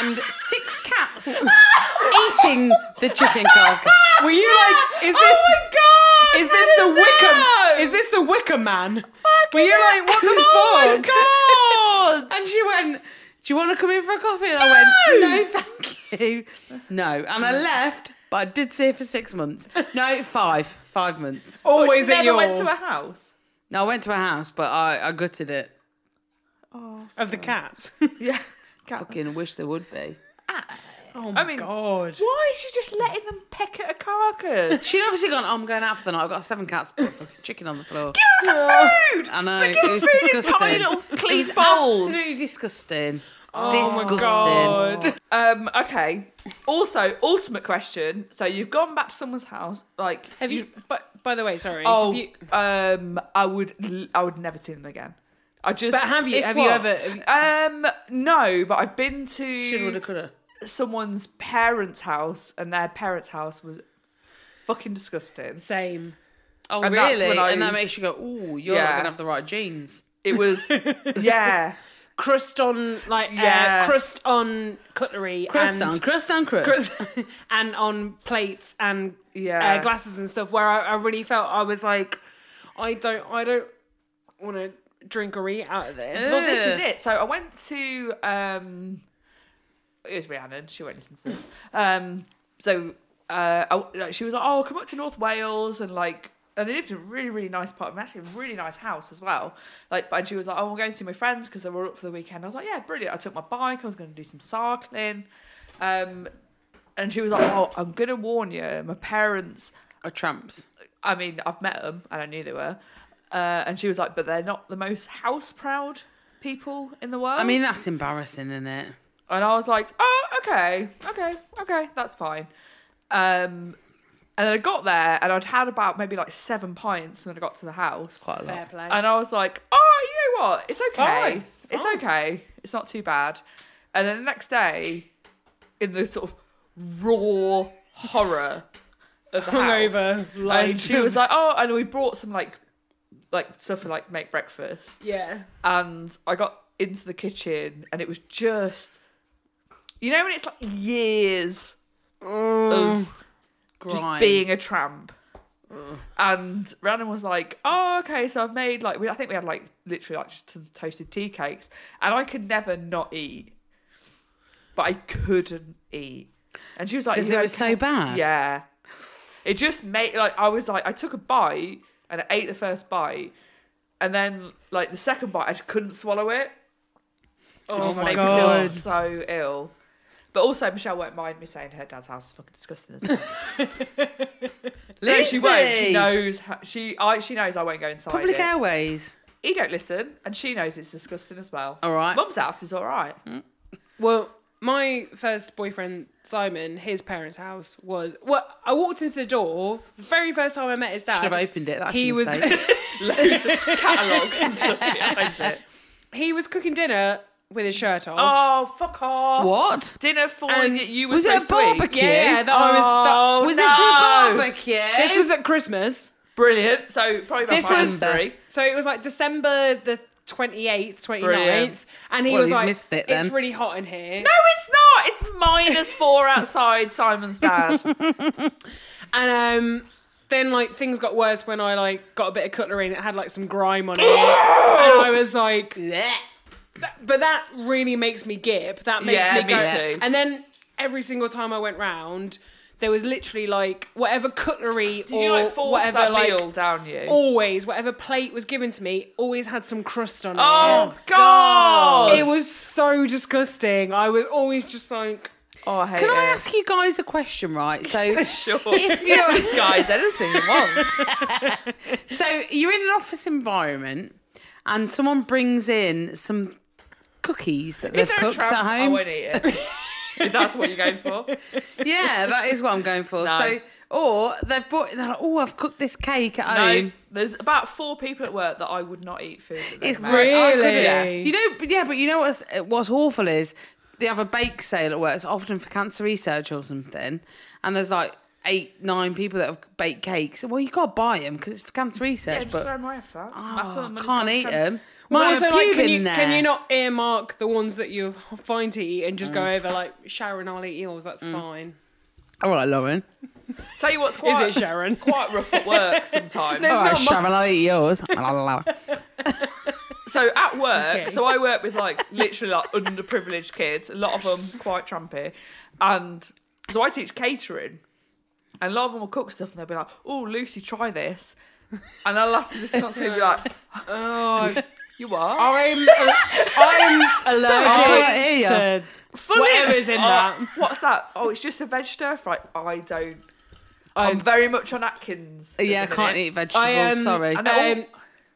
Speaker 3: and six cats eating the chicken carcass.
Speaker 2: Were you like, is this?
Speaker 1: Oh my god!
Speaker 2: Is this the Wicker? Is this the Wicker Man? Were you like, what the
Speaker 1: Oh my
Speaker 2: fuck?
Speaker 1: god!
Speaker 3: And she went, "Do you want to come in for a coffee?" And I went, "No, thank you, no." And I left, but I did see her for six months. No, five, five months.
Speaker 1: But she
Speaker 2: Always at
Speaker 1: never
Speaker 2: your
Speaker 1: went to a house.
Speaker 3: No, I went to her house, but I, I gutted it.
Speaker 2: of the cats.
Speaker 1: Oh, Yeah. Cat-
Speaker 3: Fucking wish there would be.
Speaker 2: Oh my
Speaker 1: mean,
Speaker 2: god.
Speaker 1: Why is she just letting them peck at a carcass?
Speaker 3: She'd obviously gone, oh, I'm going out for the night. I've got seven cats, but fucking chicken on the floor.
Speaker 1: Give them some food.
Speaker 3: I know,
Speaker 1: They give
Speaker 3: it was
Speaker 1: them food in
Speaker 3: disgusting.
Speaker 1: Tiny little
Speaker 3: It was
Speaker 1: clean bowls.
Speaker 3: absolutely disgusting.
Speaker 2: Oh my
Speaker 3: disgusting.
Speaker 2: god.
Speaker 1: Um. Okay. Also, ultimate question. So you've gone back to someone's house, like
Speaker 2: Have you? But by the way, sorry.
Speaker 1: Oh,
Speaker 2: have you,
Speaker 1: um, I would, l- I would never see them again. I just.
Speaker 2: but have you?
Speaker 3: if
Speaker 2: Have you
Speaker 3: what?
Speaker 2: ever? have you-
Speaker 1: Um, no, but I've been
Speaker 3: Shoulda, woulda,
Speaker 1: to
Speaker 3: coulda.
Speaker 1: someone's parents' house, and their parents' house was fucking disgusting.
Speaker 2: Same.
Speaker 3: Oh,
Speaker 1: And that's
Speaker 3: really?
Speaker 1: when I-
Speaker 3: And that makes you go, ooh, you're not
Speaker 1: Yeah.
Speaker 3: going to have the right jeans.
Speaker 1: It was, yeah,
Speaker 2: Crust on like
Speaker 1: Yeah.
Speaker 2: uh, crust on cutlery
Speaker 3: Crust
Speaker 2: and
Speaker 3: on, crust on, crust.
Speaker 2: and on plates and
Speaker 1: Yeah.
Speaker 2: uh, glasses and stuff. Where I, I really felt I was like, I don't. I don't want to drink or eat out of this.
Speaker 1: Well, this
Speaker 3: Ugh.
Speaker 1: is it. So I went to um, it was Rhiannon. She won't listen to this. Um, so uh, I, like, she was like, "Oh, come up to North Wales and like." And they lived in a really, really nice part, and actually a really nice house as well. Like, but she was like, "Oh, I'm going to see my friends because they were up for the weekend." I was like, "Yeah, brilliant." I took my bike. I was going to do some cycling, um, and she was like, "Oh, I'm going to warn you, my parents
Speaker 3: Or Oh, tramps.
Speaker 1: I mean, I've met them and I knew they were. Uh, and she was like, but they're not the most house proud people in the world.
Speaker 3: I mean, that's embarrassing, isn't it?
Speaker 1: and I was like, oh, okay, okay, okay, that's fine. Um, and then I got there and I'd had about maybe like seven pints when I got to the house.
Speaker 3: Quite a
Speaker 2: Fair
Speaker 3: lot.
Speaker 2: play.
Speaker 1: And I was like, oh, you know what? It's okay.
Speaker 2: fine.
Speaker 1: It's,
Speaker 2: It's fine."
Speaker 1: okay. It's not too bad. And then the next day, in the sort of raw horror of the house,
Speaker 2: Hungover, like
Speaker 1: and she was like, "Oh," and we brought some like, like stuff to like make breakfast.
Speaker 2: yeah.
Speaker 1: And I got into the kitchen, and it was just, you know, when it's like years of just
Speaker 3: Grime.
Speaker 1: being a tramp. And Rhiannon was like, "Oh, okay. So I've made like we, I think we had like literally like just some toasted tea cakes, and I could never not eat, but I couldn't eat." And she was like,
Speaker 3: Because
Speaker 1: "You
Speaker 3: it was
Speaker 1: okay?"
Speaker 3: so bad.
Speaker 1: Yeah. It just made like I was like I took a bite and I ate the first bite and then like the second bite I just couldn't swallow it.
Speaker 2: Oh
Speaker 1: Just
Speaker 2: my
Speaker 1: made me
Speaker 2: god.
Speaker 1: feel so ill. But also Michelle won't mind me saying her dad's house is fucking disgusting as well. no, she won't. She
Speaker 3: Lizzie!
Speaker 1: knows how, she I she knows I won't go inside.
Speaker 3: Public
Speaker 1: it.
Speaker 3: Airways.
Speaker 1: He don't listen and she knows it's disgusting as well.
Speaker 3: All right.
Speaker 1: Mum's house is all right.
Speaker 2: Well, my first boyfriend Simon, his parents' house was well. I walked into the door the very first time I met his dad.
Speaker 3: Should have opened it. That's
Speaker 2: he
Speaker 3: a
Speaker 2: was
Speaker 3: mistake.
Speaker 1: Loads of catalogues and stuff behind it.
Speaker 2: he was cooking dinner with his shirt off.
Speaker 1: Oh, fuck off.
Speaker 3: what?
Speaker 1: Dinner falling
Speaker 2: And
Speaker 1: at you was,
Speaker 3: was
Speaker 1: so
Speaker 3: it a
Speaker 1: sweet.
Speaker 3: barbecue?
Speaker 2: yeah, that I
Speaker 1: Oh,
Speaker 2: was. That,
Speaker 3: Was
Speaker 1: no.
Speaker 3: this a barbecue?
Speaker 2: this was at Christmas,
Speaker 1: Brilliant. So probably about
Speaker 2: This
Speaker 1: five
Speaker 2: was-
Speaker 1: and three.
Speaker 2: so it was like December the. 28th, 29th,
Speaker 1: Brilliant.
Speaker 2: and he
Speaker 3: Well,
Speaker 2: was
Speaker 3: he's
Speaker 2: like,
Speaker 3: missed it
Speaker 2: It's
Speaker 3: then."
Speaker 2: really hot in here.
Speaker 1: No, it's not. It's minus four outside Simon's dad.
Speaker 2: And um, then like things got worse when I like got a bit of cutlery and it had like some grime on it, and I was like,
Speaker 3: Blech.
Speaker 2: but that really makes me gip. That makes
Speaker 1: Yeah,
Speaker 2: me
Speaker 1: me
Speaker 2: go.
Speaker 1: too.
Speaker 2: And then every single time I went round, there was literally like whatever cutlery
Speaker 1: Did
Speaker 2: or
Speaker 1: you like force
Speaker 2: whatever
Speaker 1: that
Speaker 2: like
Speaker 1: meal down you?
Speaker 2: always whatever plate was given to me always had some crust on
Speaker 1: oh God!
Speaker 2: it. It was so disgusting. I was always just like,
Speaker 1: Oh, I hate
Speaker 3: Can
Speaker 1: it.
Speaker 3: I ask you guys a question, right? So,
Speaker 1: Sure.
Speaker 3: If
Speaker 1: you
Speaker 3: you're-
Speaker 1: ask guys anything you want,
Speaker 3: so you're in an office environment, and someone brings in some cookies that
Speaker 1: if
Speaker 3: they've
Speaker 1: they're a Oh,
Speaker 3: cooked
Speaker 1: tramp,
Speaker 3: at
Speaker 1: I
Speaker 3: home.
Speaker 1: won't eat it. if that's what you're going for.
Speaker 3: Yeah, that is what I'm going for.
Speaker 1: No.
Speaker 3: So, or they've bought. They're like, oh, I've cooked this cake at
Speaker 1: No,
Speaker 3: home.
Speaker 1: there's about four people at work that I would not eat food. That they
Speaker 3: It's
Speaker 1: make.
Speaker 2: great.
Speaker 3: I couldn't-
Speaker 2: Really?
Speaker 3: You know, but yeah, but you know what's what's awful is they have a bake sale at work. It's often for cancer research or something, and there's like eight, nine people that have baked cakes. Well, you got to buy them because it's for cancer
Speaker 1: Yeah,
Speaker 3: research.
Speaker 1: just
Speaker 3: but
Speaker 1: throw 'em away after that. That's
Speaker 3: Oh,
Speaker 1: what the
Speaker 3: can't
Speaker 1: money's
Speaker 3: eat
Speaker 1: gone to.
Speaker 3: them.
Speaker 2: Well,
Speaker 3: Might
Speaker 2: also,
Speaker 3: have
Speaker 2: like,
Speaker 3: pube
Speaker 2: can
Speaker 3: in
Speaker 2: you
Speaker 3: there.
Speaker 2: can you not earmark the ones that you find to eat and just
Speaker 3: Mm.
Speaker 2: go over like Sharon, I'll eat yours. That's fine.
Speaker 3: All right, Lauren.
Speaker 1: Tell you what's
Speaker 2: Is
Speaker 1: quite
Speaker 2: it Sharon?
Speaker 1: quite rough at work sometimes.
Speaker 2: There's
Speaker 3: All right,
Speaker 2: not much-
Speaker 3: Sharon, I'll eat yours.
Speaker 1: So at work,
Speaker 2: Okay.
Speaker 1: so I work with like literally like underprivileged kids, a lot of them quite trampy. And so I teach catering, and a lot of them will cook stuff and they'll be like, oh, Lucy, try this. And I'll have to just constantly be like,
Speaker 2: Oh,
Speaker 1: you are?
Speaker 2: I'm I'm
Speaker 3: can't
Speaker 2: allergic
Speaker 3: hear
Speaker 2: to whatever's in that.
Speaker 1: What's that? Oh, it's just a veg stir fry. I don't.
Speaker 2: Um,
Speaker 1: I'm very much on Atkins. at
Speaker 3: yeah, I
Speaker 1: the
Speaker 3: can't
Speaker 1: minute.
Speaker 3: eat vegetables.
Speaker 2: I um,
Speaker 3: sorry.
Speaker 1: I know-
Speaker 2: Um,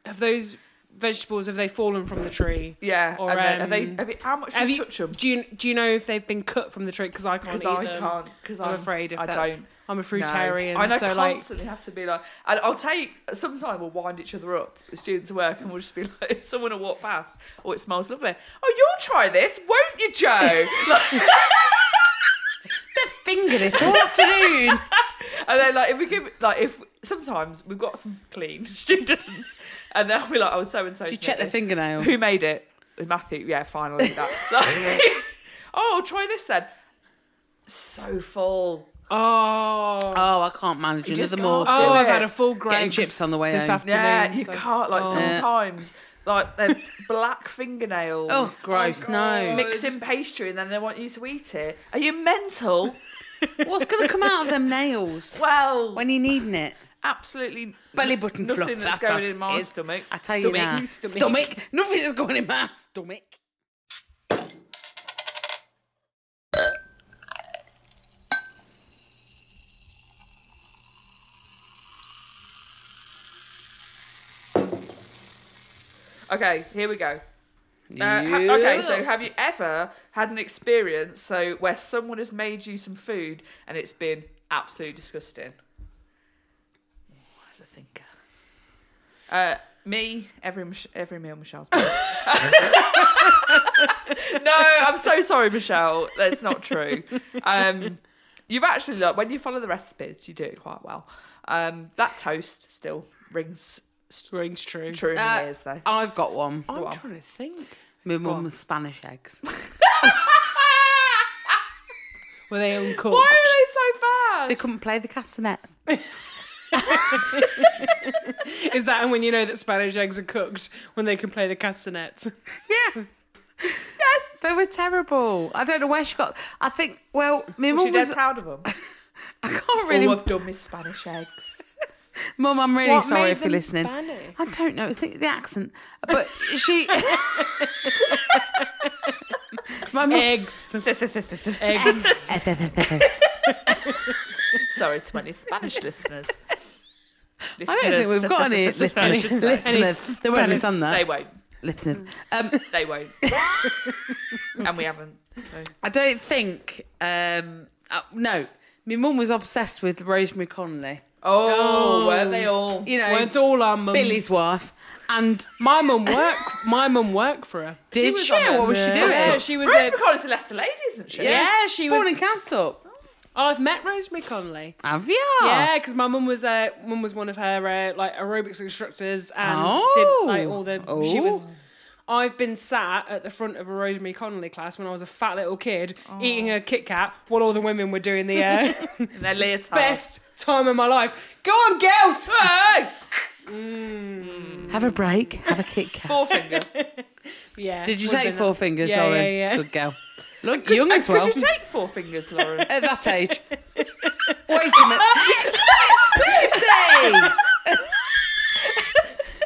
Speaker 2: have those vegetables have they fallen from the tree?
Speaker 1: Yeah.
Speaker 2: Or,
Speaker 1: and then, are they,
Speaker 2: um,
Speaker 1: have you- how much do
Speaker 2: Have
Speaker 1: you,
Speaker 2: you,
Speaker 1: touch them?
Speaker 2: do you do you know if they've been cut from the tree? Because I can't
Speaker 1: Because
Speaker 2: eat
Speaker 1: I
Speaker 2: them.
Speaker 1: can't. Because
Speaker 2: I'm afraid if
Speaker 1: I
Speaker 2: that's,
Speaker 1: don't.
Speaker 2: I'm a
Speaker 1: No.
Speaker 2: fruitarian.
Speaker 1: I know
Speaker 2: so like
Speaker 1: constantly has to be like, and I'll take. Sometimes we'll wind each other up, the students at work, and we'll just be like, someone will walk past, oh, it smells lovely. Oh, you'll try this, won't you, Joe? like,
Speaker 3: They've fingered it all afternoon.
Speaker 1: and then like if we give like if sometimes we've got some clean students, and they'll be like, oh, so and so.
Speaker 3: you check their fingernails?
Speaker 1: Who made it? Matthew. Yeah, finally that. Like, oh, try this then. So full.
Speaker 2: Oh.
Speaker 3: Oh, I can't manage
Speaker 1: You just
Speaker 3: another
Speaker 1: can't
Speaker 3: morsel.
Speaker 1: do
Speaker 2: Oh, I've
Speaker 1: it.
Speaker 2: had a full grade.
Speaker 3: Getting chips on the way
Speaker 2: this
Speaker 3: home.
Speaker 2: afternoon.
Speaker 1: Yeah, you
Speaker 2: so-
Speaker 1: can't. Like
Speaker 2: Oh.
Speaker 3: Yeah.
Speaker 1: sometimes, like they're black fingernails.
Speaker 3: Oh, gross! no.
Speaker 2: God.
Speaker 1: Mixing pastry and then they want you to eat it. Are you mental?
Speaker 3: What's going to come out of them nails
Speaker 1: well,
Speaker 3: when you're needing it?
Speaker 1: absolutely
Speaker 3: Belly button
Speaker 1: nothing that's
Speaker 3: fluff. that's
Speaker 1: going
Speaker 3: what
Speaker 1: in my
Speaker 3: it is.
Speaker 1: stomach.
Speaker 3: I tell
Speaker 1: stomach,
Speaker 3: you now,
Speaker 1: Stomach.
Speaker 3: stomach. Nothing is going in my stomach.
Speaker 1: Okay, here we go. Uh, ha- okay, so have you ever had an experience so where someone has made you some food and it's been absolutely disgusting? Oh, As a thinker, uh, me every Mich- every meal Michelle's. made. no, I'm so sorry, Michelle. That's not true. Um, you've actually like when you follow the recipes, you do it quite well. Um, that toast still rings
Speaker 2: Rings true.
Speaker 1: true in
Speaker 3: Uh,
Speaker 1: my ears though.
Speaker 3: I've got one.
Speaker 2: I'm
Speaker 1: on.
Speaker 2: trying to think.
Speaker 3: My mum's Spanish eggs.
Speaker 2: Were they uncooked?
Speaker 1: Why are they
Speaker 3: they
Speaker 1: so bad?
Speaker 3: couldn't play the castanet.
Speaker 2: Is that when you know that Spanish eggs are cooked when they can play the castanets?
Speaker 3: Yes. Yes. They were terrible. I don't know where she got. I think. Well, my
Speaker 1: Was
Speaker 3: mum
Speaker 1: she dead
Speaker 3: was.
Speaker 1: proud of them?
Speaker 3: I can't
Speaker 1: All
Speaker 3: really.
Speaker 1: I've done is Spanish eggs.
Speaker 3: Mum, I'm really
Speaker 2: What
Speaker 3: sorry
Speaker 2: made
Speaker 3: if you're
Speaker 2: them
Speaker 3: listening.
Speaker 2: Spanish?
Speaker 3: I don't know. It's the, the accent, but she. my mum. Eh,
Speaker 2: Eggs. eggs.
Speaker 1: Eh. Sorry to any Spanish listeners.
Speaker 3: I don't think we've got any listeners. listeners. They won't understand
Speaker 1: They
Speaker 3: that.
Speaker 1: won't.
Speaker 3: Listeners. Um,
Speaker 1: They won't. and we haven't. So.
Speaker 3: I don't think. Um, uh, no, my mum was obsessed with Rosemary Connolly.
Speaker 1: Oh, were they all?
Speaker 3: You know,
Speaker 2: Weren't all our mums.
Speaker 3: Billy's wife. And
Speaker 2: My mum work. My mum worked for her.
Speaker 3: did
Speaker 1: was
Speaker 3: she?
Speaker 1: on
Speaker 3: What
Speaker 1: them.
Speaker 3: was she
Speaker 2: Yeah.
Speaker 3: doing?
Speaker 2: Yeah, she was.
Speaker 1: Rose
Speaker 2: A,
Speaker 1: McConnell's a Leicester lady, isn't she?
Speaker 2: yeah, she
Speaker 3: Born
Speaker 2: was.
Speaker 3: in Council.
Speaker 2: Oh, I've met Rosemary Connolly.
Speaker 3: Have you?
Speaker 2: Yeah, because my mum was uh, mum was one of her uh, like aerobics instructors and
Speaker 3: Oh.
Speaker 2: did like all the she
Speaker 3: Oh.
Speaker 2: was. I've been sat at the front of a Rosemary Connolly class when I was a fat little kid,
Speaker 3: Oh.
Speaker 2: eating a Kit Kat while all the women were doing the uh,
Speaker 1: In their leotard.
Speaker 2: best time of my life. Go on, girls!
Speaker 1: Hey!
Speaker 3: Have a break. Have a Kit Kat.
Speaker 1: Forefinger.
Speaker 2: Yeah.
Speaker 3: Did you
Speaker 2: would've
Speaker 3: take
Speaker 2: been-
Speaker 3: four fingers,
Speaker 2: Yeah,
Speaker 3: Lauren?
Speaker 2: yeah, yeah.
Speaker 3: Good girl. Look, young as
Speaker 1: Could
Speaker 3: well.
Speaker 1: you take four fingers, Lauren?
Speaker 3: At that age. Wait a minute. Lucy!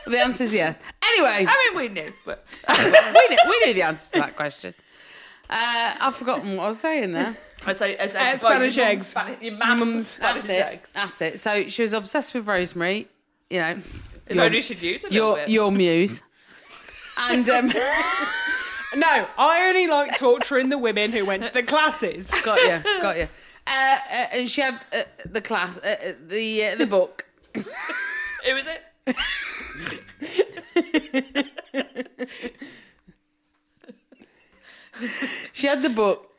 Speaker 3: the answer is yes. Anyway,
Speaker 1: I mean, we knew, but
Speaker 3: we knew, we knew the answer to that question. Uh, I've forgotten what I was saying now.
Speaker 1: so as,
Speaker 2: Spanish eggs.
Speaker 1: Spanish, your Uh, mum's Spanish
Speaker 3: That's it.
Speaker 1: eggs.
Speaker 3: That's it. So she was obsessed with Rosemary, you know,
Speaker 1: If only she'd use a little
Speaker 3: your,
Speaker 1: bit.
Speaker 3: your muse. And um,
Speaker 2: No, I only like torturing the women who went to the classes.
Speaker 3: got you, got you. Uh, uh, and she had uh, the class, uh, uh, the uh, the book,
Speaker 1: Who is it?
Speaker 3: She had the book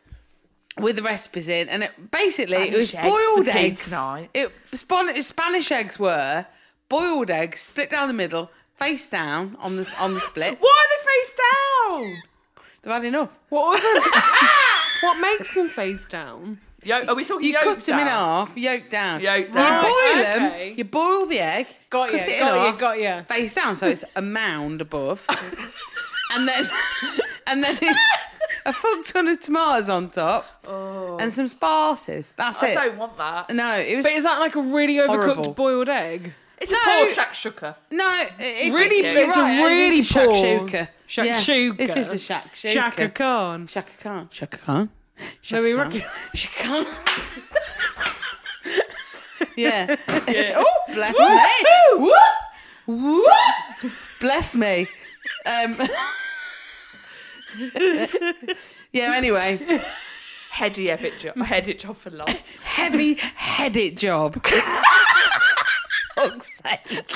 Speaker 3: with the recipes in, and it basically it was
Speaker 1: Spanish eggs for
Speaker 3: boiled
Speaker 1: tea
Speaker 3: eggs.
Speaker 1: tonight.
Speaker 3: It Spon- Spanish eggs were boiled eggs, split down the middle, face down on the on the split.
Speaker 1: Why are they face down?
Speaker 3: They've had enough.
Speaker 2: What also What makes them face down?
Speaker 1: Yo, are we talking
Speaker 3: You
Speaker 1: yolk
Speaker 3: cut them in
Speaker 1: down?
Speaker 3: half, yolk down.
Speaker 1: Yolk
Speaker 3: You
Speaker 1: down.
Speaker 3: boil
Speaker 2: Right,
Speaker 3: them.
Speaker 2: okay.
Speaker 3: You boil the egg.
Speaker 2: Got
Speaker 3: cut it
Speaker 2: you,
Speaker 3: in
Speaker 2: got
Speaker 3: half,
Speaker 2: you, got you.
Speaker 3: face down, so it's a mound above, and then and then it's a full ton of tomatoes on top, and some sparses. That's
Speaker 1: I
Speaker 3: it.
Speaker 1: don't want that.
Speaker 3: No, it was
Speaker 2: But is that like a really overcooked
Speaker 3: Horrible.
Speaker 2: boiled egg?
Speaker 1: It's
Speaker 3: No.
Speaker 1: a poor shakshuka.
Speaker 3: No, it- it's
Speaker 2: Really-
Speaker 3: you're
Speaker 2: it's a
Speaker 3: right,
Speaker 2: really
Speaker 3: it's a
Speaker 2: poor
Speaker 3: shakshuka.
Speaker 2: shakshuka.
Speaker 3: Yeah, it's just a shakshuka.
Speaker 2: Shaka Khan.
Speaker 3: Shaka Khan. Shaka Khan.
Speaker 2: So we reckon
Speaker 3: Shaka Khan. yeah. oh, bless me. Woo! Woo! Bless me. Um, yeah. Anyway,
Speaker 1: Heady edit job. Heady job for life.
Speaker 3: heavy-headed job. Fuck's sake.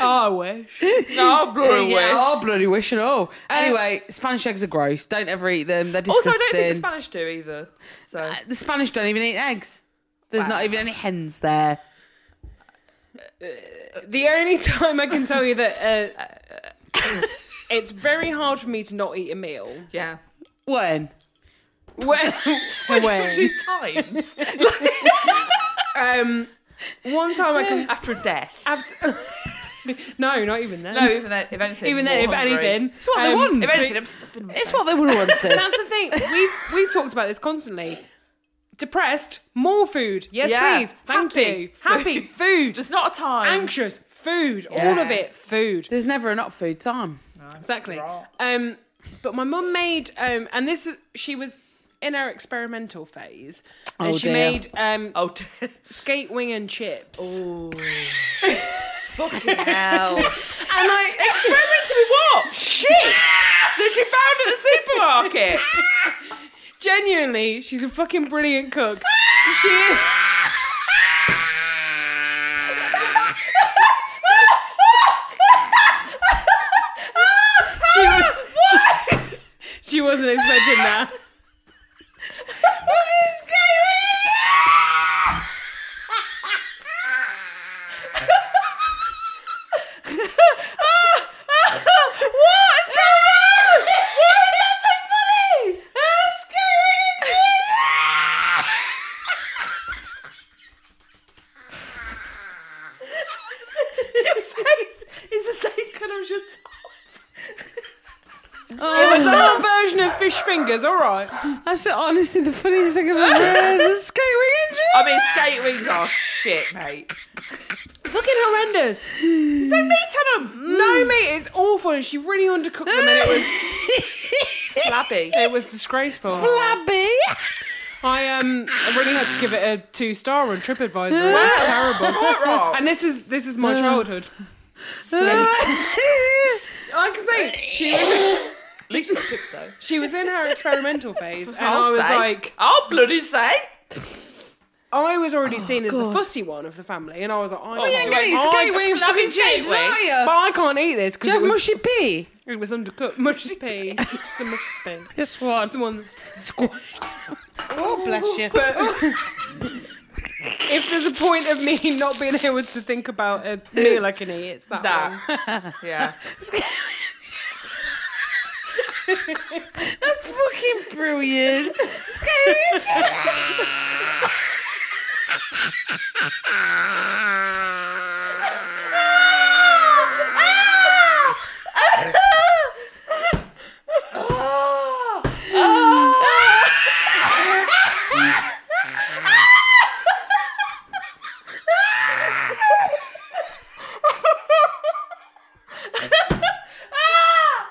Speaker 2: Oh, I wish.
Speaker 1: no, blue
Speaker 3: Yeah, oh, bloody wish and all. Anyway, Spanish eggs are gross. Don't ever eat them. They're
Speaker 1: Uh, Also,
Speaker 3: disgusting.
Speaker 1: I don't think the Spanish do either. So
Speaker 3: Uh, the Spanish don't even eat eggs. There's not even any hens there.
Speaker 2: The only time I can tell you that uh, it's very hard for me to not eat a meal
Speaker 1: yeah,
Speaker 3: When?
Speaker 2: When,
Speaker 1: Two times
Speaker 2: um, one time I can.
Speaker 1: after a death.
Speaker 2: After, no, not even then.
Speaker 1: No, even then, if anything,
Speaker 2: even then, if
Speaker 1: more hungry.
Speaker 2: anything, um,
Speaker 3: It's what they want.
Speaker 1: if anything, I'm stuffing.
Speaker 3: It's what they would have wanted.
Speaker 2: That's the thing. We've we've talked about this constantly. Depressed, more food. Yes,
Speaker 1: Yeah.
Speaker 2: please. Thank
Speaker 1: Happy,
Speaker 2: you. Happy food.
Speaker 1: There's not a time.
Speaker 2: Anxious food. All
Speaker 1: Yes.
Speaker 2: of it food.
Speaker 3: There's never a not food time.
Speaker 2: Exactly.
Speaker 1: Right.
Speaker 2: Um, but my mum made um, and this she was in her experimental phase, and
Speaker 3: Oh,
Speaker 2: she
Speaker 3: dear.
Speaker 2: made um,
Speaker 1: Oh, dear.
Speaker 2: skate wing and chips.
Speaker 1: fucking hell!
Speaker 2: And I
Speaker 1: Experimental with
Speaker 2: Oh,
Speaker 1: what? Shit that she found at the supermarket.
Speaker 2: genuinely, she's a fucking brilliant cook. She. she, wa- she wasn't expecting that.
Speaker 1: Your face is the same colour as your top. Oh.
Speaker 2: It was our version of fish fingers, alright.
Speaker 3: That's honestly the funniest thing I've ever heard. The skate wing
Speaker 1: I mean, skate wings are shit, mate.
Speaker 2: Fucking horrendous.
Speaker 1: Don't me tell them.
Speaker 2: No, mate, it's awful. And she really undercooked them and it was
Speaker 1: Flabby.
Speaker 2: it was disgraceful.
Speaker 3: Flabby.
Speaker 2: I um I really had to give it a two star on TripAdvisor. It was terrible.
Speaker 1: Quite wrong.
Speaker 2: And this is this is my childhood. Like I say, she was,
Speaker 1: At least it's chips, though.
Speaker 2: she was in her experimental phase, and
Speaker 1: I'll
Speaker 2: I was
Speaker 1: say.
Speaker 2: like,
Speaker 1: I'll bloody say.
Speaker 2: I was already
Speaker 1: Oh,
Speaker 2: seen as the
Speaker 3: God.
Speaker 2: fussy one of the family, and I was like, I,
Speaker 1: you ain't
Speaker 2: can't,
Speaker 1: gonna
Speaker 2: do
Speaker 1: eat
Speaker 2: it. I
Speaker 1: skate
Speaker 2: can't-
Speaker 1: wing
Speaker 2: Bloody
Speaker 1: fucking
Speaker 2: shit.
Speaker 1: chips, are
Speaker 2: But I can't eat this
Speaker 3: Do you
Speaker 2: because it,
Speaker 3: have
Speaker 2: was-
Speaker 3: mushy pea?
Speaker 2: it was undercooked. Mushy pea. Just the mushy pea.
Speaker 3: This one.
Speaker 2: Just the one.
Speaker 3: Oh, bless you.
Speaker 2: But if there's a point of me not being able to think about a meal I can eat, it's that.
Speaker 1: Nah.
Speaker 2: one.
Speaker 1: yeah.
Speaker 3: That's fucking brilliant. Skate wing
Speaker 1: Oh. Ah!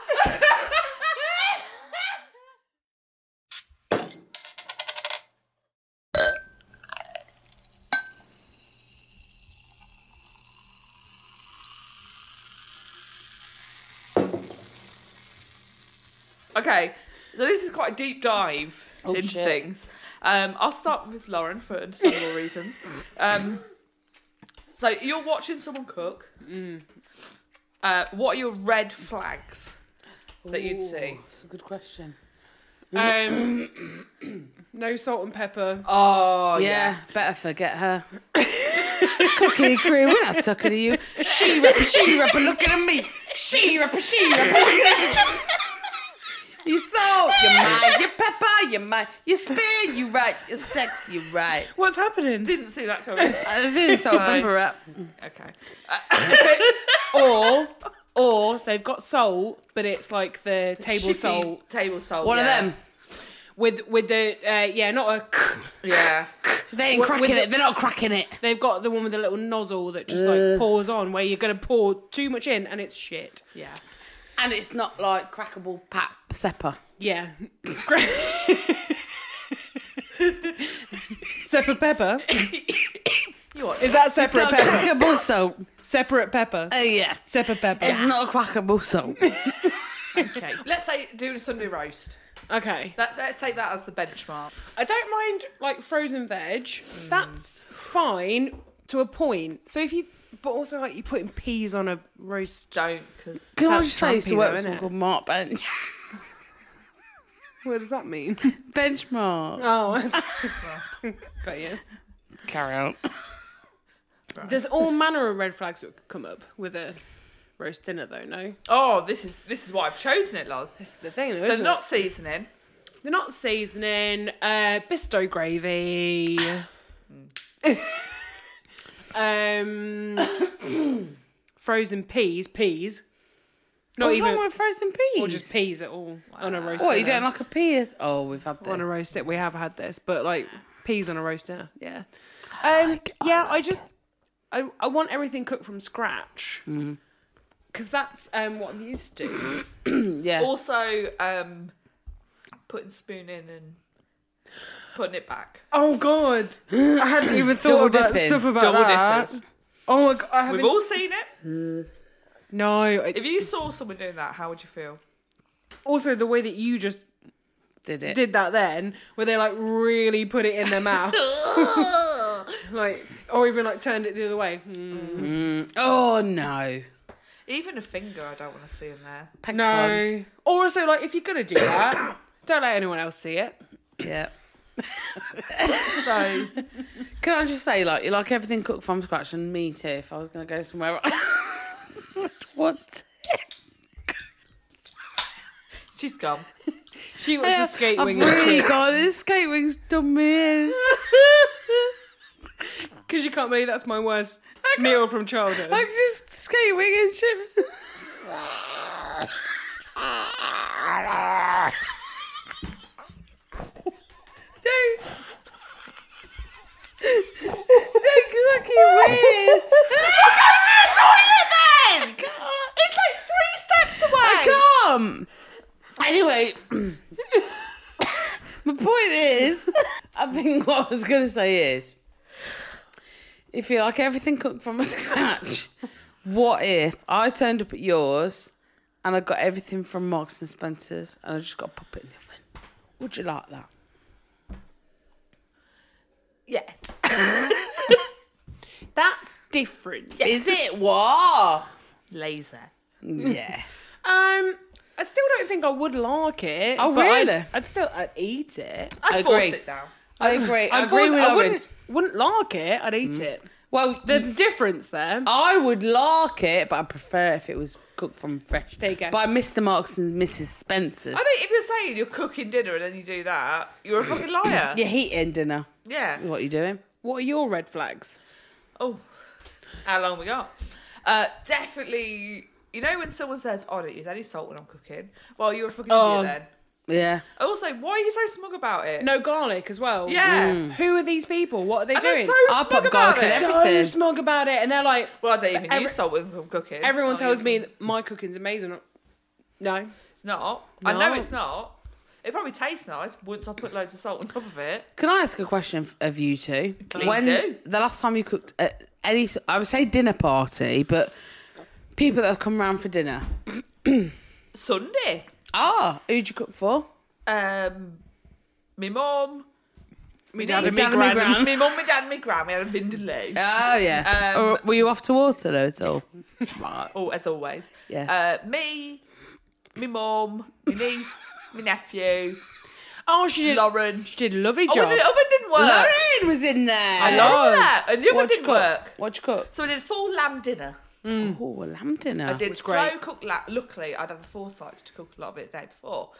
Speaker 1: Okay. So this is quite a deep dive
Speaker 3: Oh,
Speaker 1: into
Speaker 3: shit.
Speaker 1: things. Um, I'll start with Lauren for understandable reasons. Um, so you're watching someone cook. Uh, what are your red flags that you'd see?
Speaker 3: It's a good question.
Speaker 2: Um, no salt and pepper.
Speaker 1: Oh
Speaker 3: yeah, better forget her. Cookie crew, we're not talking to you. She rapper, she rapper, looking at me. She rapper, she rapper, looking at me. You salt, you mind, you pepper, you mind, you spin, you right, you sex, you right.
Speaker 2: What's happening?
Speaker 1: Didn't see that coming.
Speaker 3: I was Uh, doing salt
Speaker 1: Sorry.
Speaker 3: pepper rap.
Speaker 1: okay.
Speaker 2: or or they've got salt, but it's like the table
Speaker 1: Shitty
Speaker 2: salt
Speaker 1: Table salt.
Speaker 3: One
Speaker 1: yeah.
Speaker 3: of them.
Speaker 2: with with the uh, yeah, not a.
Speaker 1: Yeah.
Speaker 3: They ain't
Speaker 2: With-
Speaker 3: cracking
Speaker 2: with the-
Speaker 3: it. They're not cracking it.
Speaker 2: They've got the one with the little nozzle that just like pours on, where you're gonna pour too much in and it's shit.
Speaker 1: Yeah.
Speaker 3: And it's not like crackable pap sepper.
Speaker 2: Yeah. Great. separate pepper.
Speaker 1: You are
Speaker 2: Is that
Speaker 3: It's not
Speaker 2: separate pepper?
Speaker 3: crackable salt.
Speaker 2: Separate pepper.
Speaker 3: Oh yeah.
Speaker 2: Separate
Speaker 3: It's
Speaker 2: pepper.
Speaker 3: not crackable salt.
Speaker 1: okay. Let's say doing a Sunday roast.
Speaker 2: Okay.
Speaker 1: Let's let's take that as the benchmark.
Speaker 2: I don't mind like frozen veg. That's fine to a point. So if you, but also like you're putting peas on a roast.
Speaker 1: Don't because
Speaker 3: Can I
Speaker 2: That's
Speaker 3: just say I used to
Speaker 2: Trumpy
Speaker 3: work
Speaker 2: though,
Speaker 3: with someone
Speaker 2: innit?
Speaker 3: called Mark Ben-
Speaker 2: What does that mean?
Speaker 3: Benchmark.
Speaker 2: Oh, got you.
Speaker 3: Carry on.
Speaker 2: There's all manner of red flags that could come up with a roast dinner, though. No,
Speaker 1: oh, this is this is why I've chosen it, love.
Speaker 2: this is the thing, though,
Speaker 1: They're
Speaker 2: isn't
Speaker 1: not seasoning.
Speaker 2: it? They're not seasoning. Uh, Bisto gravy. um, frozen peas. Peas. Not
Speaker 3: What's
Speaker 2: even.
Speaker 3: wrong with frozen peas?
Speaker 2: or just peas at all on a roast.
Speaker 3: What, you
Speaker 2: dinner.
Speaker 3: don't like a pea? Oh, we've had this.
Speaker 2: on a roast dinner. We have had this, but like peas on a roast dinner. Yeah. Um, yeah, I just I, I want everything cooked from scratch because that's um, what I'm used to.
Speaker 3: Yeah.
Speaker 1: Also, um, putting spoon in and putting it back.
Speaker 2: oh God, I hadn't even
Speaker 3: Double dipping.
Speaker 2: about
Speaker 1: Double dippers.
Speaker 2: Oh my God, I
Speaker 1: We've
Speaker 2: haven't.
Speaker 1: all seen it.
Speaker 2: no. I-
Speaker 1: If you saw someone doing that, how would you feel?
Speaker 2: also, the way that you just
Speaker 3: did it.
Speaker 2: did that then, where they like really put it in their mouth, like, or even like turned it the other way. Mm.
Speaker 3: Oh, no.
Speaker 1: Even a finger, I don't want to see in there.
Speaker 3: Peg pon.
Speaker 2: No. Or also, like, if you're gonna do that, don't let anyone else see it.
Speaker 3: Yeah.
Speaker 2: So.
Speaker 3: Can I just say, like, you like everything cooked from scratch, and me too. If I was going to go somewhere, I'd want it.
Speaker 1: She's gone.
Speaker 2: She wants a skate wing
Speaker 3: I've really
Speaker 2: and
Speaker 3: got this skate wing's done me in.
Speaker 2: Because you can't believe that's my worst meal from childhood.
Speaker 3: Like just skate wing and chips. don't. Don't, 'cause I keep weird.
Speaker 1: Toilet then! It's like three steps away.
Speaker 3: I can't. Anyway, my point is, I think what I was going to say is, if you like everything cooked from scratch, what if I turned up at yours and I got everything from Marks and Spencers and I just got to pop it in the oven? Would you like that?
Speaker 1: Yes.
Speaker 2: That's different.
Speaker 3: Is it what?
Speaker 1: Laser.
Speaker 3: Yeah.
Speaker 2: Um, I still don't think I would like it.
Speaker 3: Oh,
Speaker 2: but I'd-
Speaker 3: really?
Speaker 2: I'd, still I'd eat it.
Speaker 1: I
Speaker 3: I
Speaker 1: force
Speaker 3: agree.
Speaker 1: it down.
Speaker 3: I agree. I
Speaker 2: I'd
Speaker 3: agree
Speaker 2: force-
Speaker 3: with
Speaker 2: I
Speaker 3: Lauren.
Speaker 2: wouldn't, wouldn't like it. I'd eat it.
Speaker 3: Well,
Speaker 2: There's a difference there.
Speaker 3: I would like it, but I prefer if it was cooked from fresh.
Speaker 2: There you go.
Speaker 3: By Mr. Marks and Mrs. Spencer's.
Speaker 1: I think if you're saying you're cooking dinner and then you do that, you're a fucking liar.
Speaker 3: You're heating dinner.
Speaker 1: Yeah.
Speaker 3: What are you doing?
Speaker 2: What are your red flags?
Speaker 1: Oh, how long we got? Uh, definitely. You know when someone says, "Oh, "I don't use any salt when I'm cooking," well, you're a fucking
Speaker 2: Oh.
Speaker 1: idiot then.
Speaker 3: Yeah.
Speaker 1: Also, why are you so smug about it?
Speaker 2: No garlic as well. Mm.
Speaker 1: Yeah.
Speaker 2: Who are these people? What are they
Speaker 1: And they're
Speaker 2: doing?
Speaker 1: so
Speaker 3: I'll
Speaker 1: smug
Speaker 3: pop
Speaker 1: about
Speaker 3: garlic in
Speaker 1: it.
Speaker 3: every-
Speaker 2: so
Speaker 3: everything.
Speaker 2: smug about it, and they're like,
Speaker 1: well, I don't even
Speaker 2: Every-
Speaker 1: use salt when I'm cooking.
Speaker 2: everyone
Speaker 1: Not
Speaker 2: tells me
Speaker 1: even.
Speaker 2: that my cooking's amazing. No,
Speaker 1: it's not. I know
Speaker 2: No.
Speaker 1: it's not. It probably tastes nice once I put loads of salt on top of it.
Speaker 3: Can I ask a question f- of you two?
Speaker 1: Please
Speaker 3: when
Speaker 1: do.
Speaker 3: the last time you cooked at any, s- I would say dinner party, but people that have come round for dinner.
Speaker 1: Sunday,
Speaker 3: Ah, who'd you cook for?
Speaker 1: um, me mum, me dad,
Speaker 3: dad
Speaker 1: and
Speaker 3: and
Speaker 1: me
Speaker 3: me gran.
Speaker 1: gran, me mum, me dad, and me gran. We had a vindaloo.
Speaker 3: Oh yeah.
Speaker 1: Um,
Speaker 3: or were you off to Waterloo at all? right.
Speaker 1: Oh, as always.
Speaker 3: Yeah.
Speaker 1: Uh, me, me mum, my niece, my nephew,
Speaker 2: oh, she did.
Speaker 1: Lauren.
Speaker 2: She did a lovely
Speaker 1: Oh,
Speaker 2: job.
Speaker 1: and the oven didn't work.
Speaker 3: Lauren was in there.
Speaker 1: I love that. And the oven
Speaker 3: What'd you
Speaker 1: didn't
Speaker 3: cook?
Speaker 1: work.
Speaker 3: What'd you cook?
Speaker 1: So I did full lamb dinner.
Speaker 3: Oh, a lamb dinner.
Speaker 1: I did
Speaker 2: was great.
Speaker 1: slow cook lamb. Luckily, I'd had the foresight to cook a lot of it the day before.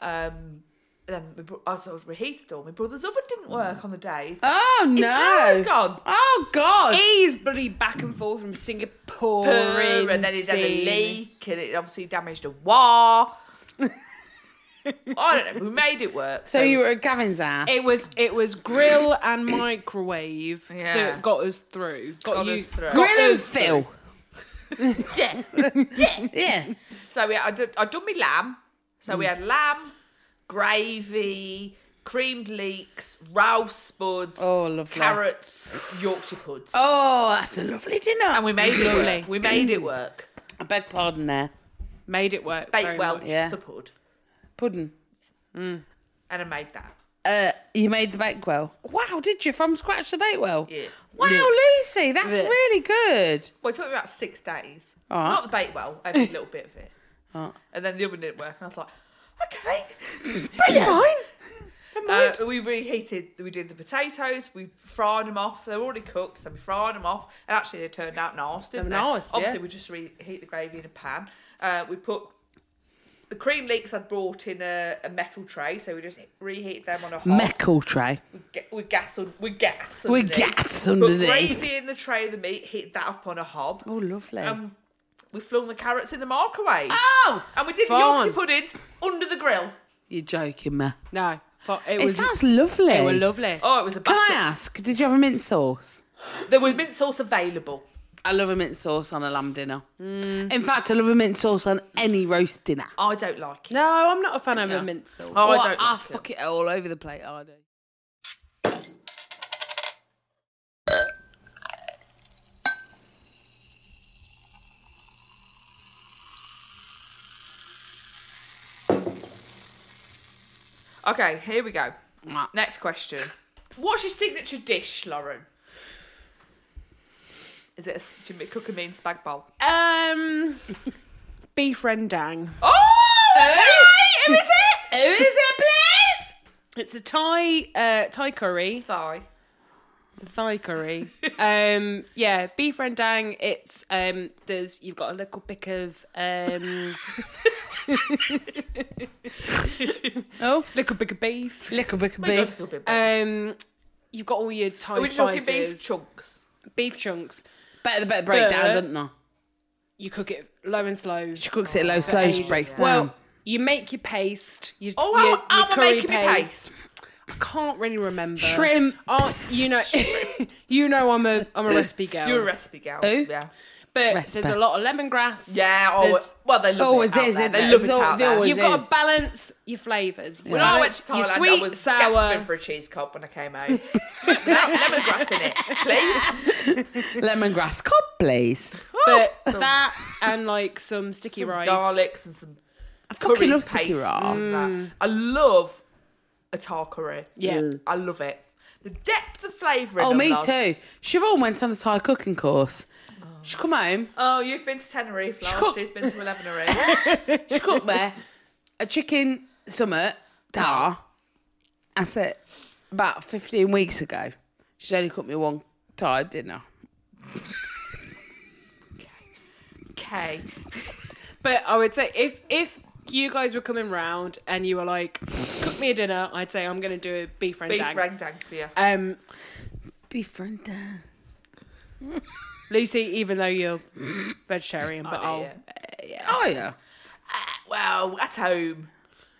Speaker 1: Um, then my bro- I sort of reheated all. My brother's oven didn't
Speaker 2: Mm.
Speaker 1: work on the day.
Speaker 3: Oh
Speaker 1: His power
Speaker 3: no.
Speaker 1: had gone.
Speaker 3: Oh god.
Speaker 2: He's bloody back and forth from Singapore,
Speaker 1: Purr, and then he had a leak, and it obviously damaged a wire. I don't know. We made it work.
Speaker 3: so you were at Gavin's house.
Speaker 2: It was it was grill and microwave
Speaker 1: Yeah.
Speaker 2: that got us through. Got,
Speaker 1: Got
Speaker 2: you
Speaker 1: us through.
Speaker 2: got
Speaker 3: Grill and
Speaker 2: us through.
Speaker 3: Phil.
Speaker 1: yeah.
Speaker 3: Yeah.
Speaker 1: So yeah, I did. I done me lamb. So
Speaker 3: Hmm.
Speaker 1: we had lamb, gravy, creamed leeks, rouse spuds,
Speaker 3: Oh, lovely.
Speaker 1: carrots, Yorkshire puds,
Speaker 3: Oh, that's a lovely dinner.
Speaker 1: and we made it
Speaker 2: Lovely.
Speaker 1: work. We made it work.
Speaker 3: I beg pardon there.
Speaker 2: Made it work. very
Speaker 1: Baked well
Speaker 2: much.
Speaker 3: yeah.
Speaker 1: the pud,
Speaker 3: Pudding.
Speaker 1: and I made that.
Speaker 3: Uh, you made the Bakewell. Wow, did you? From scratch the Bakewell?
Speaker 1: Yeah.
Speaker 3: Wow,
Speaker 2: Yeah.
Speaker 3: Lucy, that's
Speaker 2: Yeah.
Speaker 3: really good.
Speaker 1: Well, it took me about six days.
Speaker 3: Alright.
Speaker 1: Not the baked well, every little bit of it.
Speaker 3: Alright.
Speaker 1: And then the oven didn't work, and I was like, okay.
Speaker 2: It's fine.
Speaker 1: Uh, we reheated. We did the potatoes. We fried them off. They're already cooked, so we fried them off, and actually they turned out nice, didn't
Speaker 2: They
Speaker 1: they?
Speaker 2: were nice, yeah.
Speaker 1: Obviously, we just reheat the gravy in a pan. Uh, we put The cream leeks I'd brought in a, a metal tray, so we just reheated them on a hot
Speaker 3: Meckle tray.
Speaker 1: with ga- with gas on with gas
Speaker 3: With
Speaker 1: underneath.
Speaker 3: gas
Speaker 1: Put
Speaker 3: underneath.
Speaker 1: gravy in the tray of the meat, heat that up on a hob.
Speaker 3: Oh, lovely.
Speaker 1: Um, we flung the carrots in the microwave.
Speaker 3: oh!
Speaker 1: and we did
Speaker 2: fun.
Speaker 1: Yorkshire puddings under the grill.
Speaker 3: You're joking me.
Speaker 2: No, fuck, it
Speaker 3: It,
Speaker 2: was.
Speaker 3: sounds lovely.
Speaker 2: They were lovely.
Speaker 1: Oh, it was a
Speaker 3: Can I
Speaker 1: batter.
Speaker 3: ask, did you have a mint sauce?
Speaker 1: There was mint sauce available.
Speaker 3: I love a mint sauce on a lamb dinner. In fact, I love a mint sauce on any roast dinner.
Speaker 1: I don't like it.
Speaker 2: No, I'm not a fan of a mint sauce.
Speaker 1: Oh,
Speaker 3: Or
Speaker 1: I don't like
Speaker 3: Ah, fuck it all over the plate. I do.
Speaker 1: it. Okay, here we go.
Speaker 3: Mwah.
Speaker 1: Next question. What's your signature dish, Lauren? Is it a s- Jimmy Cook and Mean spag bowl?
Speaker 2: Um, beef rendang.
Speaker 1: Oh!
Speaker 3: Who is it? Who is it, please?
Speaker 2: It's a Thai uh, Thai curry.
Speaker 1: Thigh.
Speaker 2: It's a Thai curry. um, yeah, beef rendang. It's um, there's you've got a little bit of um,
Speaker 3: Oh,
Speaker 2: little bit of beef.
Speaker 3: little bit of
Speaker 1: A
Speaker 3: beef.
Speaker 1: little bit better.
Speaker 2: Um, you've got all your Thai
Speaker 1: Are we talking
Speaker 2: spices.
Speaker 1: beef chunks?
Speaker 2: beef chunks.
Speaker 3: Better the better break down,
Speaker 2: But-
Speaker 3: doesn't they?
Speaker 2: You cook it low and slow.
Speaker 3: She cooks it low slow, she breaks down.
Speaker 2: Well, you make your paste. You,
Speaker 1: um. Oh,
Speaker 2: your,
Speaker 1: I'm- I'm
Speaker 2: your curry
Speaker 1: making my
Speaker 2: paste. I can't really remember.
Speaker 3: Shrimp.
Speaker 2: Oh, you know, you know, I'm a I'm a recipe girl.
Speaker 1: You're a recipe gal.
Speaker 3: Who?
Speaker 1: Yeah.
Speaker 2: but
Speaker 3: Recipe.
Speaker 2: there's a lot of lemongrass.
Speaker 1: Yeah, oh,
Speaker 2: There's-
Speaker 1: well, they love
Speaker 3: Always
Speaker 1: it. Out
Speaker 3: is,
Speaker 1: there.
Speaker 3: isn't
Speaker 1: They
Speaker 3: it?
Speaker 1: love it
Speaker 3: There's al-
Speaker 1: out
Speaker 3: there
Speaker 1: there.
Speaker 3: always
Speaker 2: You've got
Speaker 3: is.
Speaker 2: to balance your flavors.
Speaker 1: When I went to Thailand,
Speaker 2: your sweet,
Speaker 1: I was gasping
Speaker 2: sour.
Speaker 1: for a cheese cob when I came home. Sweet without lemongrass in it, please.
Speaker 3: Lemongrass cob, please.
Speaker 2: but that and like some sticky rice,
Speaker 1: Garlics and some
Speaker 3: I
Speaker 1: curry
Speaker 3: fucking love
Speaker 1: paste Mm,
Speaker 3: sticky rice.
Speaker 1: and that. I love a tar curry.
Speaker 2: Yeah.
Speaker 1: I love it. The depth of flavour. in
Speaker 3: Mm. Oh,
Speaker 1: them,
Speaker 3: me
Speaker 1: love.
Speaker 3: too. Siobhan went on the Thai cooking course. She come home,
Speaker 1: Oh, you've been to Tenerife last.
Speaker 3: cooked-
Speaker 1: She's been to Elevenery.
Speaker 3: she cooked me a chicken summit tar. I said about 15 weeks ago. She's only cooked me one Thai dinner.
Speaker 1: okay.
Speaker 2: But I would say if if you guys were coming round and you were like, cook me a dinner, I'd say I'm gonna do a beef rendang.
Speaker 1: Beef rendang for you.
Speaker 2: Um,
Speaker 3: Befriend her.
Speaker 2: Lucy, even though you're vegetarian, but I'll
Speaker 1: yeah.
Speaker 3: Oh, yeah.
Speaker 1: Uh, Well, at home.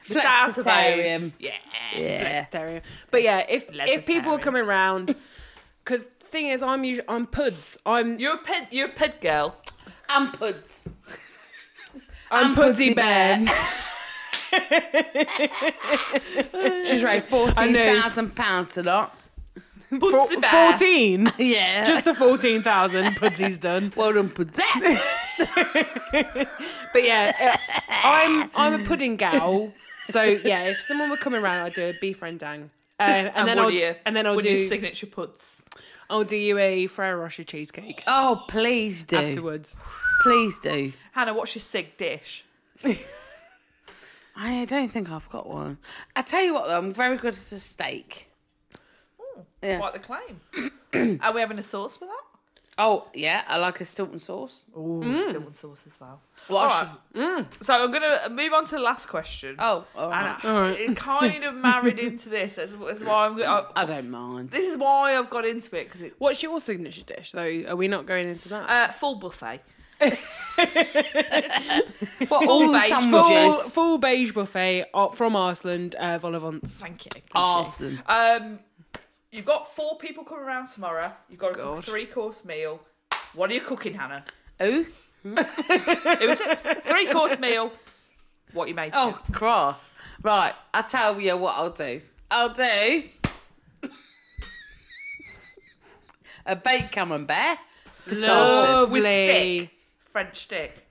Speaker 1: It's out of
Speaker 3: Flexitarian.
Speaker 1: home. Yeah.
Speaker 3: Yeah.
Speaker 2: vegetarian. But yeah, if if people were
Speaker 1: Flexitarian.
Speaker 2: coming round, because thing is, I'm usually I'm puds. I'm
Speaker 1: You're a ped, you're a ped girl.
Speaker 3: And puds.
Speaker 2: I'm, pudsy bear.
Speaker 3: She's raised
Speaker 2: I know.
Speaker 3: £14,000 to lot.
Speaker 1: Pudsy bear.
Speaker 2: Fourteen.
Speaker 3: Yeah.
Speaker 2: Just the fourteen thousand pudsy's done.
Speaker 3: well done, puds.
Speaker 2: But yeah, uh, I'm I'm a pudding gal. So yeah, if someone were coming around, I'd do a beef rendang. Uh, and, then
Speaker 1: would
Speaker 2: I'll
Speaker 1: you?
Speaker 2: and then I'll
Speaker 1: would
Speaker 2: do
Speaker 1: your signature puds.
Speaker 2: I'll do you a Ferrero Rocher cheesecake
Speaker 3: Oh, please do.
Speaker 2: afterwards.
Speaker 3: Please do.
Speaker 1: Hannah, what's your sig dish?
Speaker 3: I don't think I've got one. I tell you what, though, I'm very good at a steak. Yeah.
Speaker 1: Quite the claim. Are we having a sauce for that?
Speaker 3: Oh, yeah, I like a Stilton sauce.
Speaker 1: Ooh,
Speaker 3: Mm.
Speaker 1: still want sauce as well.
Speaker 3: What?
Speaker 1: All right. So I'm gonna move on to the last question.
Speaker 3: Oh, all right.
Speaker 1: And I- It kind of married into this. That's, that's why I'm. I,
Speaker 3: I don't mind.
Speaker 1: this is why I've got into it because it.
Speaker 2: What's your signature dish? Though, are we not going into that?
Speaker 1: Uh, full buffet.
Speaker 3: But all the
Speaker 1: beige,
Speaker 2: full,
Speaker 3: sandwiches.
Speaker 2: full beige buffet uh, from Iceland, uh, Volavants.
Speaker 1: Thank you.
Speaker 3: Awesome.
Speaker 1: Um, you've got four people coming around tomorrow. You've got to cook a three course meal. What are you cooking, Hannah?
Speaker 3: Oh,
Speaker 1: It was a three course meal. What you making?
Speaker 3: oh, cross. Right, I tell you what I'll do. I'll do a baked camembert for
Speaker 1: Lovely.
Speaker 3: sauces.
Speaker 1: With stick. French stick.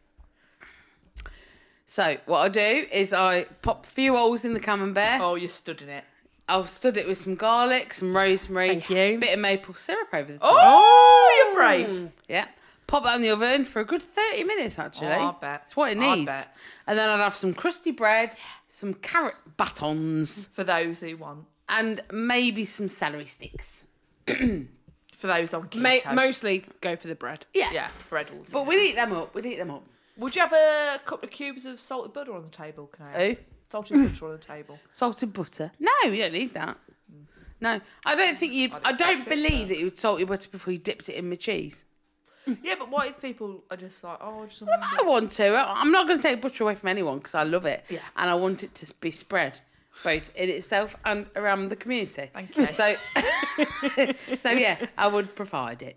Speaker 3: So what I do is I pop a few holes in the camembert.
Speaker 1: Oh, you're studying it.
Speaker 3: I'll stud it with some garlic, some rosemary,
Speaker 2: Thank you.
Speaker 3: bit of maple syrup over the top.
Speaker 1: Oh, you're brave.
Speaker 3: Yeah. Pop that in the oven for a good 30 minutes, actually.
Speaker 1: Oh, I bet.
Speaker 3: It's what it
Speaker 1: I
Speaker 3: needs.
Speaker 1: bet.
Speaker 3: And then I'd have some crusty bread, some carrot batons,
Speaker 1: For those who want.
Speaker 3: and maybe some celery sticks.
Speaker 1: For those on
Speaker 2: Ma-
Speaker 1: keto.
Speaker 2: mostly go for the bread.
Speaker 3: Yeah.
Speaker 1: yeah, bread all day.
Speaker 3: But we'd eat them up. We'd eat them up.
Speaker 1: Would you have a couple of cubes of salted butter on the table, Can I?
Speaker 3: Who?
Speaker 1: have? Salted butter on the table.
Speaker 3: Salted butter? No, you don't need that. No, I don't think
Speaker 1: Oh,
Speaker 3: you. I don't
Speaker 1: expect it,
Speaker 3: believe that you would salt your butter before you dipped it in my cheese.
Speaker 1: Yeah, but what if people are just like, oh, I just want
Speaker 3: I want to. I- I'm not going to take butter away from anyone because I love it.
Speaker 1: Yeah.
Speaker 3: And I want it to be spread both in itself and around the community.
Speaker 1: Thank you.
Speaker 3: So, so yeah, I would provide it.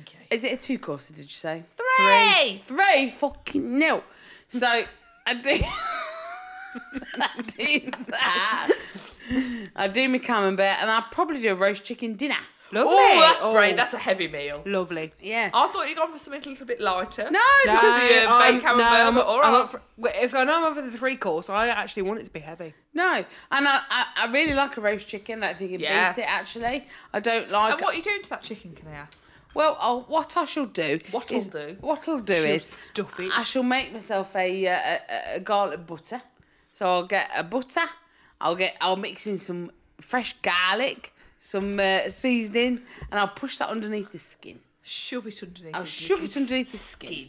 Speaker 1: okay.
Speaker 3: Is it a two courser, did you say?
Speaker 1: Three!
Speaker 3: Three fucking nil. So I do I do that. I do my camembert and I'll probably do a roast chicken dinner.
Speaker 2: Lovely.
Speaker 1: Oh, that's
Speaker 2: Oh,
Speaker 1: great. That's a heavy meal.
Speaker 2: lovely.
Speaker 3: Yeah.
Speaker 1: I thought you'd gone for something a little bit lighter.
Speaker 3: No,
Speaker 2: No,
Speaker 3: because
Speaker 1: yeah,
Speaker 2: I'm-
Speaker 1: bacon and
Speaker 2: no, um, I'm-
Speaker 1: burger, all
Speaker 2: I'm
Speaker 1: right.
Speaker 2: up for- well, if I know I'm up for the three course, I actually want it to be heavy.
Speaker 3: no, and I, I, I really like a roast chicken. I don't think it
Speaker 1: Yeah.
Speaker 3: beats it actually. I don't like.
Speaker 1: And what are you doing to that chicken, can I ask?
Speaker 3: well, i what I shall do.
Speaker 1: What'll
Speaker 3: is-
Speaker 1: do?
Speaker 3: What'll do
Speaker 2: She'll
Speaker 3: is
Speaker 2: stuff it.
Speaker 3: I shall make myself a, uh, a, a garlic butter. So I'll get a butter. I'll get. I'll mix in some fresh garlic, some uh, seasoning, and I'll push that underneath the skin.
Speaker 1: Shove it underneath.
Speaker 3: I'll
Speaker 1: the
Speaker 3: shove it
Speaker 1: chicken.
Speaker 3: underneath the skin.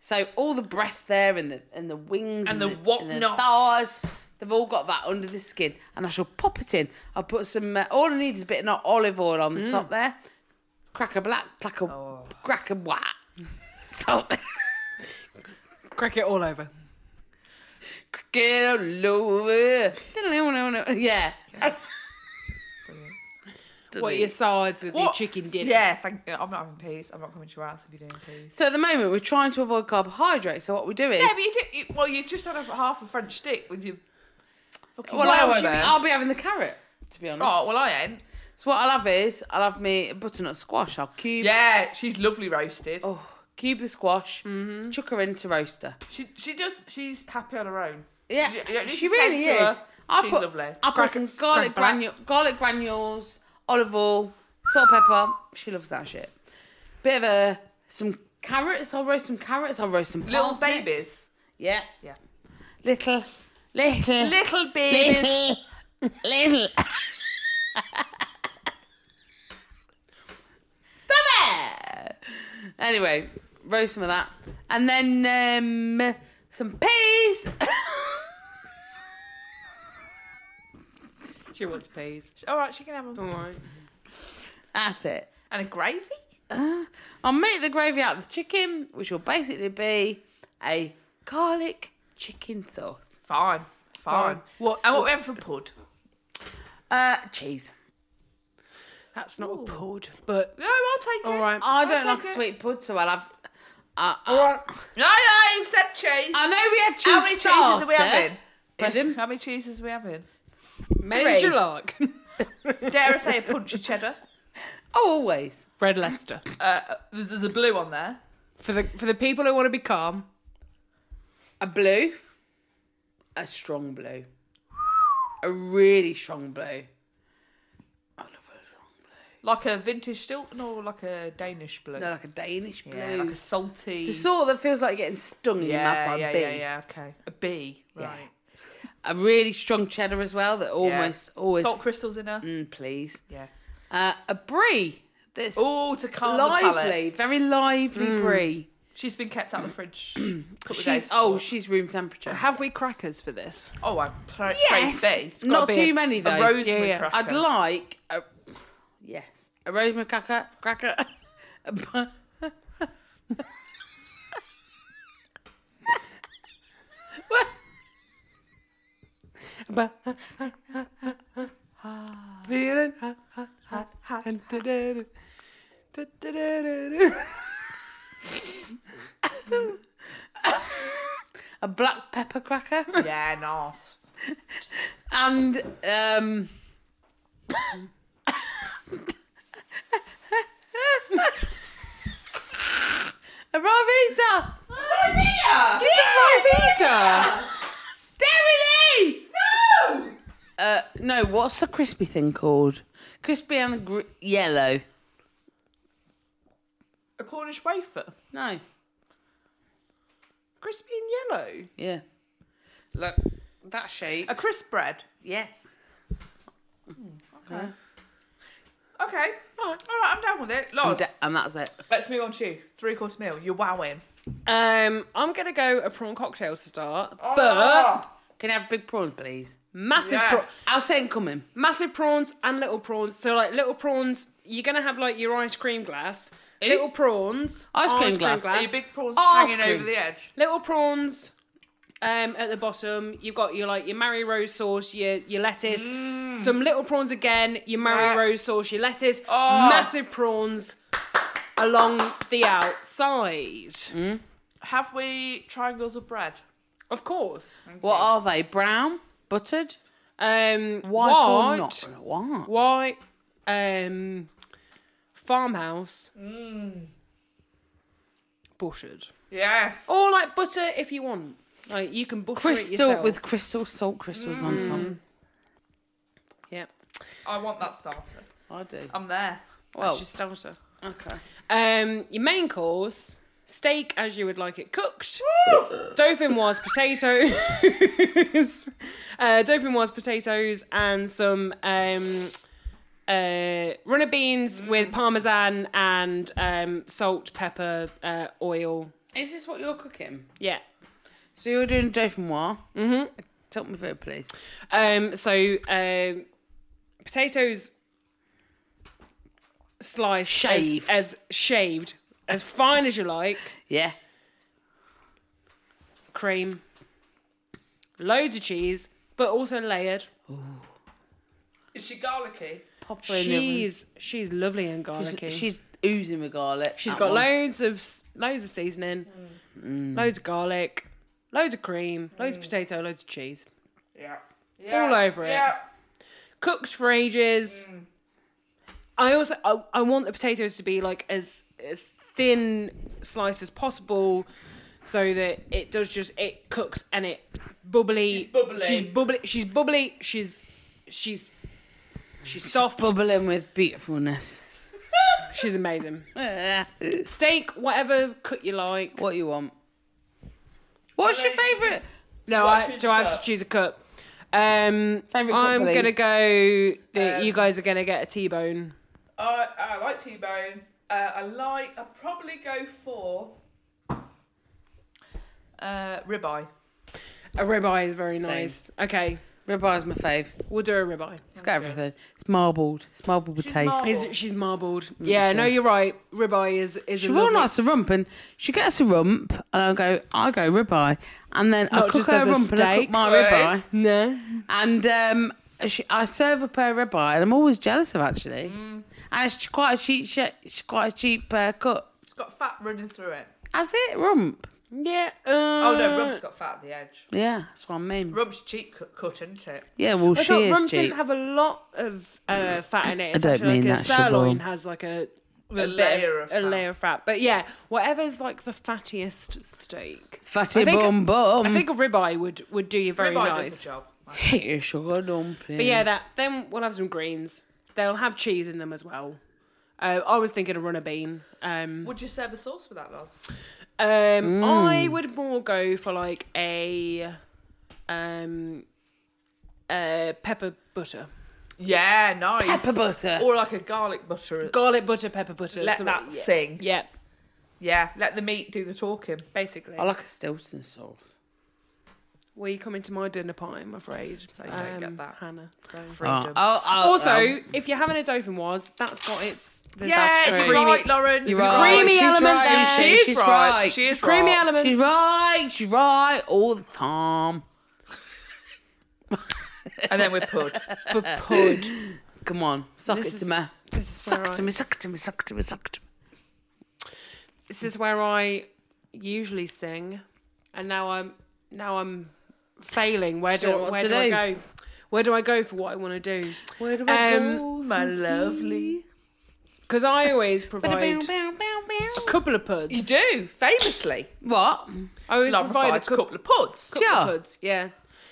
Speaker 3: So all the breasts there, and the and the wings,
Speaker 1: And the
Speaker 3: and the
Speaker 1: whatnots.
Speaker 3: thighs, they've all got that under the skin. And I shall pop it in. I'll put some. Uh, all I need is a bit of not olive oil on the
Speaker 1: Mm.
Speaker 3: top there. Crack a black, crack a,
Speaker 1: Oh.
Speaker 3: crack a white. Salt.
Speaker 2: Crack it all over.
Speaker 3: Get all over. Yeah.
Speaker 2: What are your sides with your
Speaker 1: What?
Speaker 2: chicken dinner?
Speaker 1: Yeah, thank you. I'm not having peas. I'm not coming to your house if you're doing peas.
Speaker 3: So at the moment, we're trying to avoid carbohydrates. So what we do is.
Speaker 1: Yeah, but you do. You, well, you just had a, half a French stick with your fucking.
Speaker 3: well, I
Speaker 1: Well,
Speaker 3: will be,
Speaker 2: then.
Speaker 3: I'll be having the carrot, to be honest.
Speaker 1: oh, well, I ain't.
Speaker 3: So what I'll have is, I'll have me butternut squash. I'll cube.
Speaker 1: Yeah, she's lovely roasted.
Speaker 3: Oh, cube the squash,
Speaker 1: Mm-hmm.
Speaker 3: chuck her into roaster.
Speaker 1: She she does. She's happy on her own.
Speaker 3: Yeah,
Speaker 1: You- you don't need
Speaker 3: she
Speaker 1: to tend
Speaker 3: really
Speaker 1: to her.
Speaker 3: is. I'll
Speaker 1: She's
Speaker 3: put,
Speaker 1: lovely.
Speaker 3: I'll put
Speaker 1: Crack-
Speaker 3: some garlic,
Speaker 1: crack black.
Speaker 3: granule, garlic granules, olive oil, salt, pepper. She loves that shit. Bit of a some carrots. I'll roast some carrots. I'll roast some
Speaker 1: Little
Speaker 3: parsnips.
Speaker 1: babies.
Speaker 3: Yeah,
Speaker 1: Yeah.
Speaker 3: little, little,
Speaker 1: Little babies.
Speaker 3: little, little. Stop it! Anyway, roast some of that, and then um, some peas.
Speaker 2: She wants peas.
Speaker 1: All right, she can have them.
Speaker 2: All right.
Speaker 3: That's it.
Speaker 1: And a gravy.
Speaker 3: I'll make the gravy out of the chicken, which will basically be a garlic chicken sauce.
Speaker 1: Fine. Fine.
Speaker 2: Fine.
Speaker 1: What? And what we have for pud?
Speaker 3: Uh, cheese.
Speaker 2: That's not a pud, but
Speaker 1: No, I'll take it.
Speaker 2: all right.
Speaker 3: I don't
Speaker 1: I'll
Speaker 3: like
Speaker 1: take it.
Speaker 3: sweet pud, so I'll have. Uh, uh,
Speaker 1: No, no, you've said cheese.
Speaker 3: I know we had cheese.
Speaker 1: How many cheeses are we
Speaker 3: starter.
Speaker 1: having?
Speaker 3: Pardon?
Speaker 1: How many cheeses are we having?
Speaker 2: Many you
Speaker 3: three.
Speaker 2: like.
Speaker 1: Dare I say a punch of cheddar?
Speaker 3: Oh, always.
Speaker 2: Red Leicester.
Speaker 1: Uh, there's, there's a blue on there.
Speaker 2: For the for the people who want to be calm,
Speaker 3: A blue, a strong blue, a really strong blue. I love a
Speaker 1: Like a vintage Stilton or like a Danish blue?
Speaker 3: strong, no, like a Danish blue.
Speaker 1: yeah, like a salty.
Speaker 3: the sort that feels like you're getting stung in your mouth
Speaker 1: yeah,
Speaker 3: by
Speaker 1: yeah,
Speaker 3: a bee.
Speaker 1: yeah, yeah, okay. A bee,
Speaker 3: Yeah.
Speaker 1: right.
Speaker 3: A really strong cheddar as well that
Speaker 1: Yeah.
Speaker 3: almost always.
Speaker 1: Salt crystals in her?
Speaker 3: Mm, please.
Speaker 1: Yes.
Speaker 3: Uh, a brie that's
Speaker 1: Oh, to calm the Mm. palate.
Speaker 3: lively, very lively brie.
Speaker 1: She's been kept out of the fridge a couple of
Speaker 3: She's
Speaker 1: days.
Speaker 3: oh,
Speaker 1: before.
Speaker 3: she's room temperature.
Speaker 2: have we crackers for this?
Speaker 1: oh, I pra-
Speaker 3: yes,
Speaker 1: praise bee.
Speaker 3: not
Speaker 2: be
Speaker 3: too
Speaker 2: a-
Speaker 3: many though.
Speaker 1: A rosemary
Speaker 2: Yeah, yeah.
Speaker 1: cracker.
Speaker 3: I'd like a yes, a rosemary cracker, cracker. a bu- What?
Speaker 2: But feeling hot,
Speaker 1: Hot, hot.
Speaker 2: and da-da-da, da-da-da-da-da.
Speaker 3: a black pepper cracker
Speaker 1: Yeah, nice.
Speaker 3: and um. A Ravita!
Speaker 1: Yeah!
Speaker 3: Yeah! Dairy Lee!
Speaker 1: No!
Speaker 3: Uh, no, what's the crispy thing called? Crispy and gr- yellow.
Speaker 1: A Cornish wafer.
Speaker 3: No.
Speaker 2: Crispy and yellow.
Speaker 3: Yeah. Look, that shape.
Speaker 1: A crisp bread.
Speaker 3: yes.
Speaker 1: Okay. All right, all right I'm down with it.
Speaker 3: And,
Speaker 1: Loz,
Speaker 3: da- and that's it.
Speaker 1: let's move on to you. Three course meal. You're wowing.
Speaker 2: Um, I'm gonna go a prawn cocktail to start, but
Speaker 1: Ah!
Speaker 3: Can I have big prawns, please?
Speaker 2: massive,
Speaker 1: Yes.
Speaker 2: pra-
Speaker 3: I'll say and coming.
Speaker 2: massive prawns and little prawns. So like little prawns, you're gonna have like your ice cream glass. Little prawns,
Speaker 3: Ice cream glass.
Speaker 1: So your big prawns
Speaker 3: Ice
Speaker 1: hanging over
Speaker 3: cream.
Speaker 1: the edge.
Speaker 2: little prawns um, at the bottom. You've got your like your Mary Rose sauce, your your lettuce,
Speaker 3: Mm.
Speaker 2: some little prawns again, your Mary
Speaker 1: Yeah.
Speaker 2: Rose sauce, your lettuce,
Speaker 1: Oh.
Speaker 2: massive prawns along the outside.
Speaker 1: Have we triangles of bread?
Speaker 2: Of course.
Speaker 3: What are they? Brown, buttered,
Speaker 2: Um,
Speaker 3: white, or
Speaker 2: white-
Speaker 3: not? What?
Speaker 2: White um, farmhouse
Speaker 3: Mm.
Speaker 2: buttered,
Speaker 1: Yes.
Speaker 2: or like butter if you want. Like you can butter it
Speaker 3: Crystal
Speaker 2: yourself.
Speaker 3: with crystal salt crystals on
Speaker 2: yeah.
Speaker 1: I want that starter.
Speaker 3: top. I do.
Speaker 1: I'm there.
Speaker 3: Well,
Speaker 2: That's your starter.
Speaker 3: okay.
Speaker 2: Um, your main course, steak as you would like it cooked. Dauphinoise potatoes. uh, Dauphinoise potatoes and some um, uh, runner beans with parmesan and um, salt, pepper, uh, oil.
Speaker 3: Is this what you're cooking?
Speaker 2: Yeah.
Speaker 3: So you're doing dauphinoise. Mm-hmm. Talk me through, it, please.
Speaker 2: Um, so um, potatoes sliced as-
Speaker 3: Shaved.
Speaker 2: as shaved, as fine as you like.
Speaker 3: Yeah.
Speaker 2: cream, loads of cheese, but also layered.
Speaker 1: Is she garlicky?
Speaker 3: Pop her in
Speaker 2: She's she's lovely and
Speaker 3: the
Speaker 2: garlicky.
Speaker 3: oven. She's
Speaker 2: She's,
Speaker 3: oozing with garlic.
Speaker 2: she's
Speaker 3: that
Speaker 2: got
Speaker 3: one.
Speaker 2: loads of s- loads of seasoning, loads of garlic, loads of cream, loads of potato, loads of cheese.
Speaker 1: Yeah. yeah.
Speaker 2: All over it.
Speaker 1: Yeah.
Speaker 2: Cooked for ages.
Speaker 1: Mm.
Speaker 2: I also I, I want the potatoes to be like as as thin slice as possible. So that it does just it cooks and it bubbly.
Speaker 1: She's bubbly.
Speaker 2: She's bubbly. She's bubbly. She's she's she's soft.
Speaker 3: bubbling with beautifulness.
Speaker 2: She's amazing.
Speaker 3: what
Speaker 2: Steak, whatever cut you like.
Speaker 3: you want? What's your favourite?
Speaker 2: No,
Speaker 1: What
Speaker 2: I,
Speaker 1: choose
Speaker 2: do
Speaker 1: a
Speaker 2: I have
Speaker 1: cut?
Speaker 2: to choose a cut? Um,
Speaker 3: Favourite cut,
Speaker 2: I'm
Speaker 3: please.
Speaker 2: gonna go. The,
Speaker 1: Um,
Speaker 2: you guys are gonna get a T-bone.
Speaker 1: I, I like T-bone. Uh, I like. I probably go for uh, ribeye.
Speaker 2: A ribeye is very
Speaker 3: Same.
Speaker 2: nice. Okay,
Speaker 3: Ribeye's my fave.
Speaker 2: we'll do a ribeye.
Speaker 3: It's got everything. It's marbled. It's marbled with
Speaker 1: She's
Speaker 3: taste.
Speaker 1: marbled.
Speaker 2: Is, she's marbled. Oh. Yeah,
Speaker 3: sure.
Speaker 2: no, you're right. Ribeye is is.
Speaker 3: She
Speaker 2: a
Speaker 3: will
Speaker 2: lovely-
Speaker 3: nice a rump, and she gets a rump, and I'll go. I go ribeye, and then I
Speaker 2: Not
Speaker 3: cook
Speaker 2: just
Speaker 3: her
Speaker 2: as a
Speaker 3: rump and I cook
Speaker 2: steak,
Speaker 3: my
Speaker 1: right?
Speaker 2: No.
Speaker 3: ribeye, and um, she, I serve up her ribeye, and I'm always jealous of actually.
Speaker 2: Mm.
Speaker 3: And it's quite a cheap, sh- it's quite a cheap uh, cut.
Speaker 1: It's got fat running through it.
Speaker 3: That's it, rump.
Speaker 2: Yeah. Uh,
Speaker 1: Oh no, rump's got fat at the edge.
Speaker 3: Yeah, that's what I mean.
Speaker 1: Rump's cheap cut, cut isn't it?
Speaker 3: Yeah, well,
Speaker 2: I
Speaker 3: she
Speaker 2: thought
Speaker 3: is
Speaker 2: rump
Speaker 3: cheap.
Speaker 2: didn't have a lot of uh, fat in it. It's
Speaker 3: don't
Speaker 2: actually
Speaker 3: mean
Speaker 2: like
Speaker 3: that,
Speaker 2: a
Speaker 3: Siobhan.
Speaker 2: sirloin has like a, a,
Speaker 1: A
Speaker 2: bit
Speaker 1: layer of
Speaker 2: a
Speaker 1: fat.
Speaker 2: layer of fat. But yeah, whatever's like the fattiest steak.
Speaker 3: Fatty
Speaker 2: I think-
Speaker 3: bum bum.
Speaker 2: I think a ribeye would would do you very
Speaker 1: ribeye does
Speaker 2: nice.
Speaker 1: the job.
Speaker 3: Hit your sugar dumpling.
Speaker 2: But yeah, that then we'll have some greens. They'll have cheese in them as well. Uh, I was thinking a runner bean. Um,
Speaker 1: Would you serve a sauce with that, Loz?
Speaker 2: um,
Speaker 3: Mm.
Speaker 2: I would more go for like a um, uh, pepper butter,
Speaker 1: Yeah, nice.
Speaker 3: pepper butter.
Speaker 1: Or like a garlic butter.
Speaker 2: garlic butter, pepper butter.
Speaker 1: Let
Speaker 2: something-
Speaker 1: that
Speaker 2: yeah.
Speaker 1: sing.
Speaker 2: Yeah,
Speaker 1: Yeah, let the meat do the talking.
Speaker 2: basically.
Speaker 3: I like a Stilton sauce.
Speaker 2: Well, you come into my dinner party, I'm afraid. So
Speaker 1: you don't get that.
Speaker 2: Hannah. so-
Speaker 3: Uh,
Speaker 1: Freedom.
Speaker 3: I'll- I'll-
Speaker 2: Also,
Speaker 3: I'll-
Speaker 2: if you're having a dauphinoise, that's got its there's
Speaker 1: yeah,
Speaker 2: that
Speaker 1: you're
Speaker 2: creamy
Speaker 1: right, Lauren.
Speaker 3: You're
Speaker 1: You're
Speaker 3: right.
Speaker 2: creamy
Speaker 3: She's
Speaker 2: element
Speaker 3: right.
Speaker 2: there.
Speaker 1: She is
Speaker 3: She's
Speaker 1: right.
Speaker 3: right.
Speaker 1: She is
Speaker 2: It's a creamy
Speaker 1: right.
Speaker 2: element.
Speaker 3: She's right. She's right all the time.
Speaker 1: And then we're pud.
Speaker 2: for pud.
Speaker 3: Come on, suck
Speaker 2: This
Speaker 3: it
Speaker 2: is-
Speaker 3: to me.
Speaker 2: This is
Speaker 3: Suck
Speaker 2: where
Speaker 3: it to
Speaker 2: I,
Speaker 3: me. Suck it to me. Suck it to me. Suck it to me.
Speaker 2: this is where I usually sing, and now I'm now I'm failing. Where
Speaker 3: She don't
Speaker 2: do
Speaker 3: know what
Speaker 2: where
Speaker 3: to
Speaker 2: do, I
Speaker 3: do.
Speaker 2: go? Where do I go for what I want to do?
Speaker 3: Where do
Speaker 2: I
Speaker 3: Um,
Speaker 1: Oh, my lovely.
Speaker 2: Because I always provide a
Speaker 3: What?
Speaker 2: couple of puds.
Speaker 1: You do, famously.
Speaker 2: I always
Speaker 1: Love
Speaker 2: provide a
Speaker 1: provides a
Speaker 2: couple,
Speaker 1: couple of puds.
Speaker 2: couple
Speaker 3: Yeah.
Speaker 2: of puds. Yeah.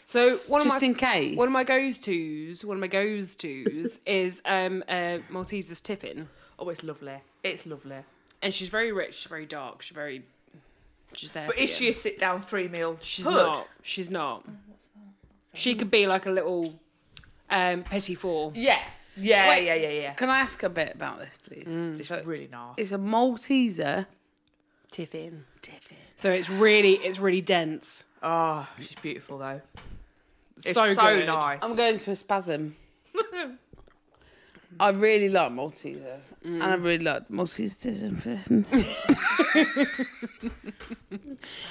Speaker 2: So one of
Speaker 3: Just
Speaker 2: my
Speaker 3: in case.
Speaker 2: One of my goes tos, one of my goes tos is um, uh, Malteser's Tiffin,
Speaker 1: Oh, it's lovely. It's lovely.
Speaker 2: and she's very rich, she's very dark, she's very, she's there.
Speaker 1: But
Speaker 2: for
Speaker 1: is
Speaker 2: you.
Speaker 1: she a sit down three meal?
Speaker 2: She's
Speaker 1: pud?
Speaker 2: not. She's not. She could be like a little um, petty four.
Speaker 1: Yeah. Yeah,
Speaker 3: Wait.
Speaker 1: yeah, yeah, yeah.
Speaker 3: Mm. Can I ask a bit about this, please?
Speaker 1: It's
Speaker 3: So
Speaker 1: really nice.
Speaker 3: it's a Malteser
Speaker 2: Tiffin.
Speaker 3: Tiffin.
Speaker 2: So it's really it's really dense.
Speaker 1: Oh, she's beautiful though. It's
Speaker 2: so
Speaker 1: so,
Speaker 2: good.
Speaker 1: nice.
Speaker 3: I'm going to a spasm. I really like Maltesers, and I really like Maltesers and Tiffin.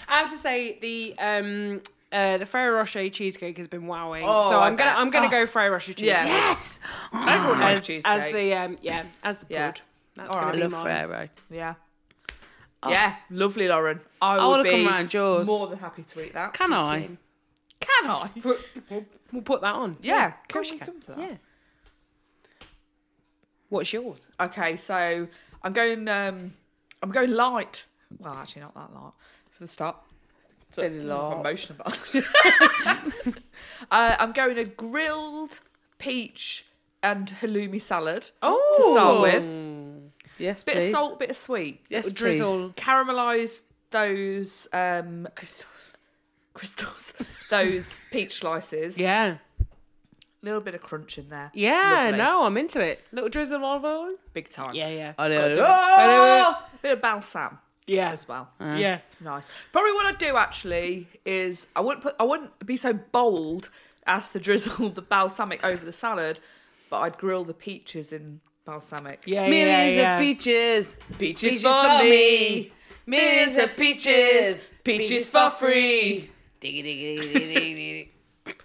Speaker 2: I have to say the um uh, the Ferrero Rocher cheesecake has been wowing.
Speaker 1: Oh,
Speaker 2: so
Speaker 1: I
Speaker 2: I'm gonna
Speaker 1: bet.
Speaker 2: I'm gonna go Ferrero Rocher cheesecake.
Speaker 1: Yeah.
Speaker 3: yes,
Speaker 1: Everyone likes
Speaker 2: As,
Speaker 1: cheesecake.
Speaker 2: as the um yeah as the
Speaker 1: Yeah.
Speaker 2: pud. That's
Speaker 1: All
Speaker 2: gonna
Speaker 1: right.
Speaker 2: be
Speaker 3: I love
Speaker 2: mine.
Speaker 3: Ferrero.
Speaker 1: yeah. Yeah, lovely, Lauren. I,
Speaker 3: I
Speaker 1: will
Speaker 3: want to
Speaker 1: be
Speaker 3: come round yours.
Speaker 1: more than happy to eat that.
Speaker 3: Can I?
Speaker 1: Can I?
Speaker 2: Put- We'll, we'll put that on.
Speaker 1: Yeah,
Speaker 2: of
Speaker 1: can
Speaker 2: course
Speaker 1: we
Speaker 2: you can.
Speaker 1: come to that?
Speaker 2: Yeah. What's yours?
Speaker 1: Okay, so I'm going. Um, I'm going light. Well, actually, not that light for the start. So,
Speaker 3: Really light.
Speaker 1: I'm emotional about it. uh, I'm going a grilled peach and halloumi salad.
Speaker 2: Oh,
Speaker 1: to start with.
Speaker 3: Yes,
Speaker 1: Bit
Speaker 3: please.
Speaker 1: of salt, bit of sweet.
Speaker 3: Yes,
Speaker 1: Little
Speaker 3: please.
Speaker 1: drizzle. Caramelize those um, crystals. Crystals. those peach slices.
Speaker 2: Yeah.
Speaker 1: A little bit of crunch in there.
Speaker 2: Yeah,
Speaker 1: Lovely.
Speaker 2: no, I'm into it. Little drizzle of oil.
Speaker 1: Big time.
Speaker 2: Yeah, yeah.
Speaker 3: I know. Oh,
Speaker 1: Gotta do it. Bit of balsam
Speaker 2: Yeah.
Speaker 1: as well.
Speaker 2: Yeah.
Speaker 1: Nice. Probably what I'd do actually is I wouldn't put I wouldn't be so bold as to drizzle the balsamic over the salad, but I'd grill the peaches in balsamic.
Speaker 2: Yeah, yeah,
Speaker 3: Millions
Speaker 2: yeah.
Speaker 3: of peaches.
Speaker 1: Peaches,
Speaker 3: Peaches
Speaker 1: for,
Speaker 3: for me.
Speaker 1: me.
Speaker 3: Millions of peaches.
Speaker 1: Peaches for free.
Speaker 3: Diggy, diggy, diggy, diggy,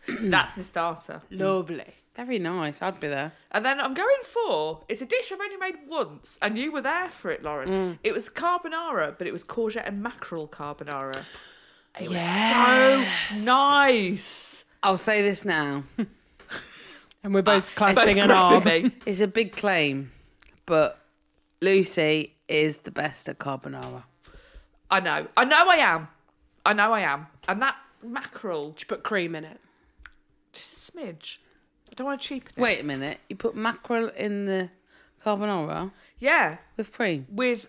Speaker 3: diggy.
Speaker 1: Mm. That's my starter.
Speaker 2: Lovely.
Speaker 3: Very nice. I'd be there.
Speaker 1: And then I'm going for it's a dish I've only made once, and you were there for it, Lauren. It was carbonara, but it was courgette and mackerel carbonara. It was so nice.
Speaker 3: I'll say this now.
Speaker 2: And we're both clasping
Speaker 1: Both
Speaker 2: an arm.
Speaker 1: grabbing me.
Speaker 3: It's a big claim, but Lucy is the best at carbonara.
Speaker 1: I know. I know I am. I know I am. And that mackerel,
Speaker 2: Just put cream in it.
Speaker 1: just a smidge. I don't want to cheapen it.
Speaker 3: Wait a minute. You put mackerel in the carbonara
Speaker 1: Yeah,
Speaker 3: with cream.
Speaker 1: with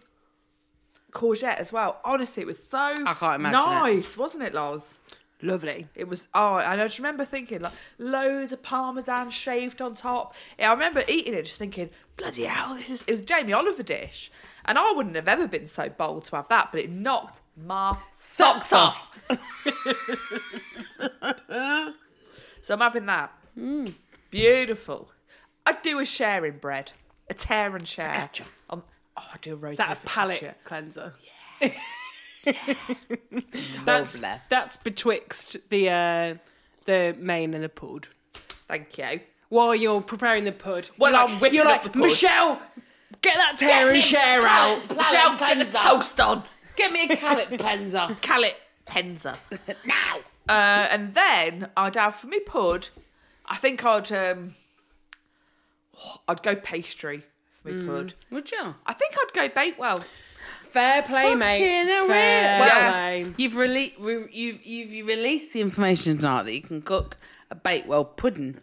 Speaker 1: courgette as well. Honestly, it was so I
Speaker 3: can't imagine it.
Speaker 1: nice, wasn't it, Lars?
Speaker 2: Lovely.
Speaker 1: It was oh, and I just remember thinking like loads of parmesan shaved on top. Yeah, I remember eating it, just thinking bloody hell, this is. It was a Jamie Oliver dish, and I wouldn't have ever been so bold to have that, but it knocked my
Speaker 3: Socks off.
Speaker 1: So I'm having that. Beautiful. I'd do a sharing bread, a tear and share.
Speaker 3: Gotcha.
Speaker 1: Um, oh, I'd do a roast
Speaker 2: Is that a
Speaker 1: beef with
Speaker 2: palate
Speaker 1: ketchup.
Speaker 2: cleanser?
Speaker 3: That's
Speaker 2: That's betwixt the uh, the main and the pud.
Speaker 1: Thank you.
Speaker 2: While you're preparing the pud,
Speaker 1: Well,
Speaker 2: you're
Speaker 1: I'm
Speaker 2: like,
Speaker 1: whipping
Speaker 2: you're
Speaker 1: up
Speaker 2: like
Speaker 1: the pud.
Speaker 2: Michelle, get that tear and share out.
Speaker 1: Michelle, get the toast on.
Speaker 3: Get me a palate cleanser.
Speaker 1: Calit Penza.
Speaker 3: now.
Speaker 1: Uh, and then I'd have for me pud. I think I'd um, oh, I'd go pastry for
Speaker 2: Mm.
Speaker 1: me pud.
Speaker 3: Would you?
Speaker 1: I think I'd go Bakewell.
Speaker 2: Fair play, mate.
Speaker 3: Fucking hell,
Speaker 2: Fair
Speaker 3: really?
Speaker 2: play.
Speaker 3: You've, rele- re- you've, you've you released the information tonight that you can cook a Bakewell pudding.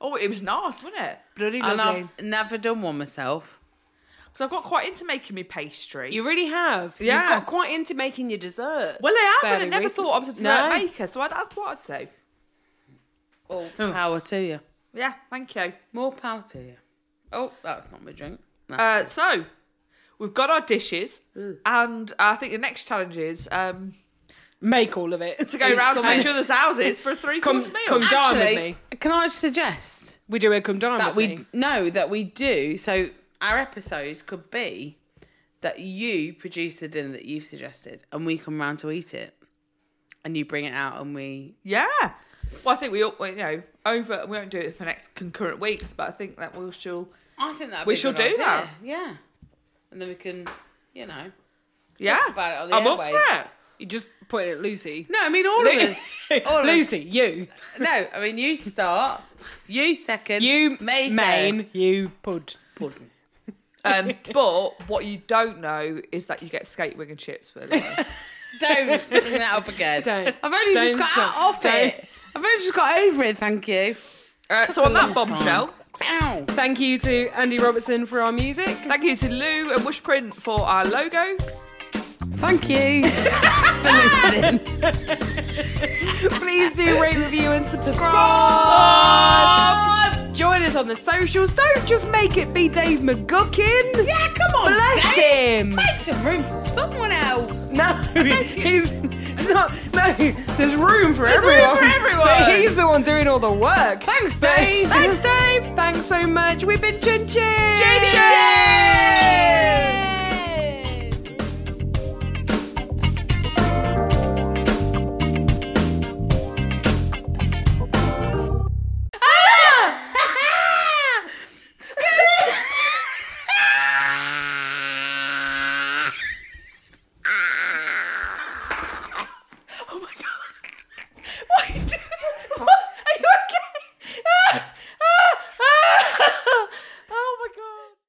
Speaker 1: Oh, it was nice, wasn't it?
Speaker 2: Bloody
Speaker 3: And
Speaker 2: lovely.
Speaker 3: I've never done one myself.
Speaker 1: Because I've got quite into making me pastry.
Speaker 2: You really have. You've
Speaker 1: Yeah.
Speaker 2: got quite into making your desserts.
Speaker 1: well, I have,
Speaker 2: fairly
Speaker 1: and I never
Speaker 2: recently.
Speaker 1: thought I was a dessert
Speaker 2: No.
Speaker 1: maker, so I'd, that's what I'd do.
Speaker 3: Oh, power to you.
Speaker 1: Yeah, thank you.
Speaker 3: More power to you. Oh, that's not my drink. No.
Speaker 2: Um,
Speaker 1: Uh, so we've got our dishes, and I think the next challenge is um,
Speaker 2: Make all of it.
Speaker 1: to go
Speaker 3: Who's
Speaker 1: round to
Speaker 3: coming?
Speaker 1: each other's houses for a three course
Speaker 2: Come-
Speaker 1: meal.
Speaker 2: come down. dine with
Speaker 3: Actually,
Speaker 2: me.
Speaker 3: can I suggest
Speaker 2: We do a come down
Speaker 3: that
Speaker 2: with
Speaker 3: we
Speaker 2: me.
Speaker 3: no that we do? So our episodes could be that you produce the dinner that you've suggested, and we come round to eat it, and you bring it out, and we
Speaker 1: Yeah. Well, I think we all, well, you know, over. We won't do it for next concurrent weeks, but I think that we'll still.
Speaker 3: I think that
Speaker 1: We shall do that.
Speaker 3: Yeah, and then we can, you know,
Speaker 1: Yeah.
Speaker 3: about it on the
Speaker 1: I'm up
Speaker 3: airwaves.
Speaker 1: for it.
Speaker 2: You just put it at Lucy.
Speaker 3: no, I mean all of us. All of us.
Speaker 2: Lucy, you.
Speaker 3: No, I mean you start, you second,
Speaker 2: You
Speaker 3: May
Speaker 2: main, you pud.
Speaker 3: pudding.
Speaker 1: Um, but what you don't know is that you get skate wing and chips for the
Speaker 3: Don't bring that up again.
Speaker 2: Don't.
Speaker 3: I've only just
Speaker 2: Don't
Speaker 3: got
Speaker 2: stop.
Speaker 3: out of
Speaker 2: Don't.
Speaker 3: it. I've only just got over it. Thank you.
Speaker 1: uh, So on that
Speaker 3: Took a long
Speaker 1: bombshell,
Speaker 3: Ow.
Speaker 2: Thank you to Andy Robertson for our music.
Speaker 1: thank you to Lou and Wishprint for our logo.
Speaker 3: Thank you for listening.
Speaker 2: Please do rate, review, and subscribe. Join Join us on the socials. Don't just make it be Dave McGuckin.
Speaker 3: Yeah, come on,
Speaker 2: Bless
Speaker 3: Dave.
Speaker 2: him.
Speaker 3: Make some room for someone else.
Speaker 2: No, he's, he's not. No, there's room for
Speaker 1: There's room
Speaker 2: everyone.
Speaker 1: for everyone.
Speaker 2: But he's the one doing all the work.
Speaker 3: Thanks, Dave.
Speaker 2: Thanks, Dave. Thanks so much. We've been Chin Chin.
Speaker 3: Chin Chin.
Speaker 1: Oh Ah. Oh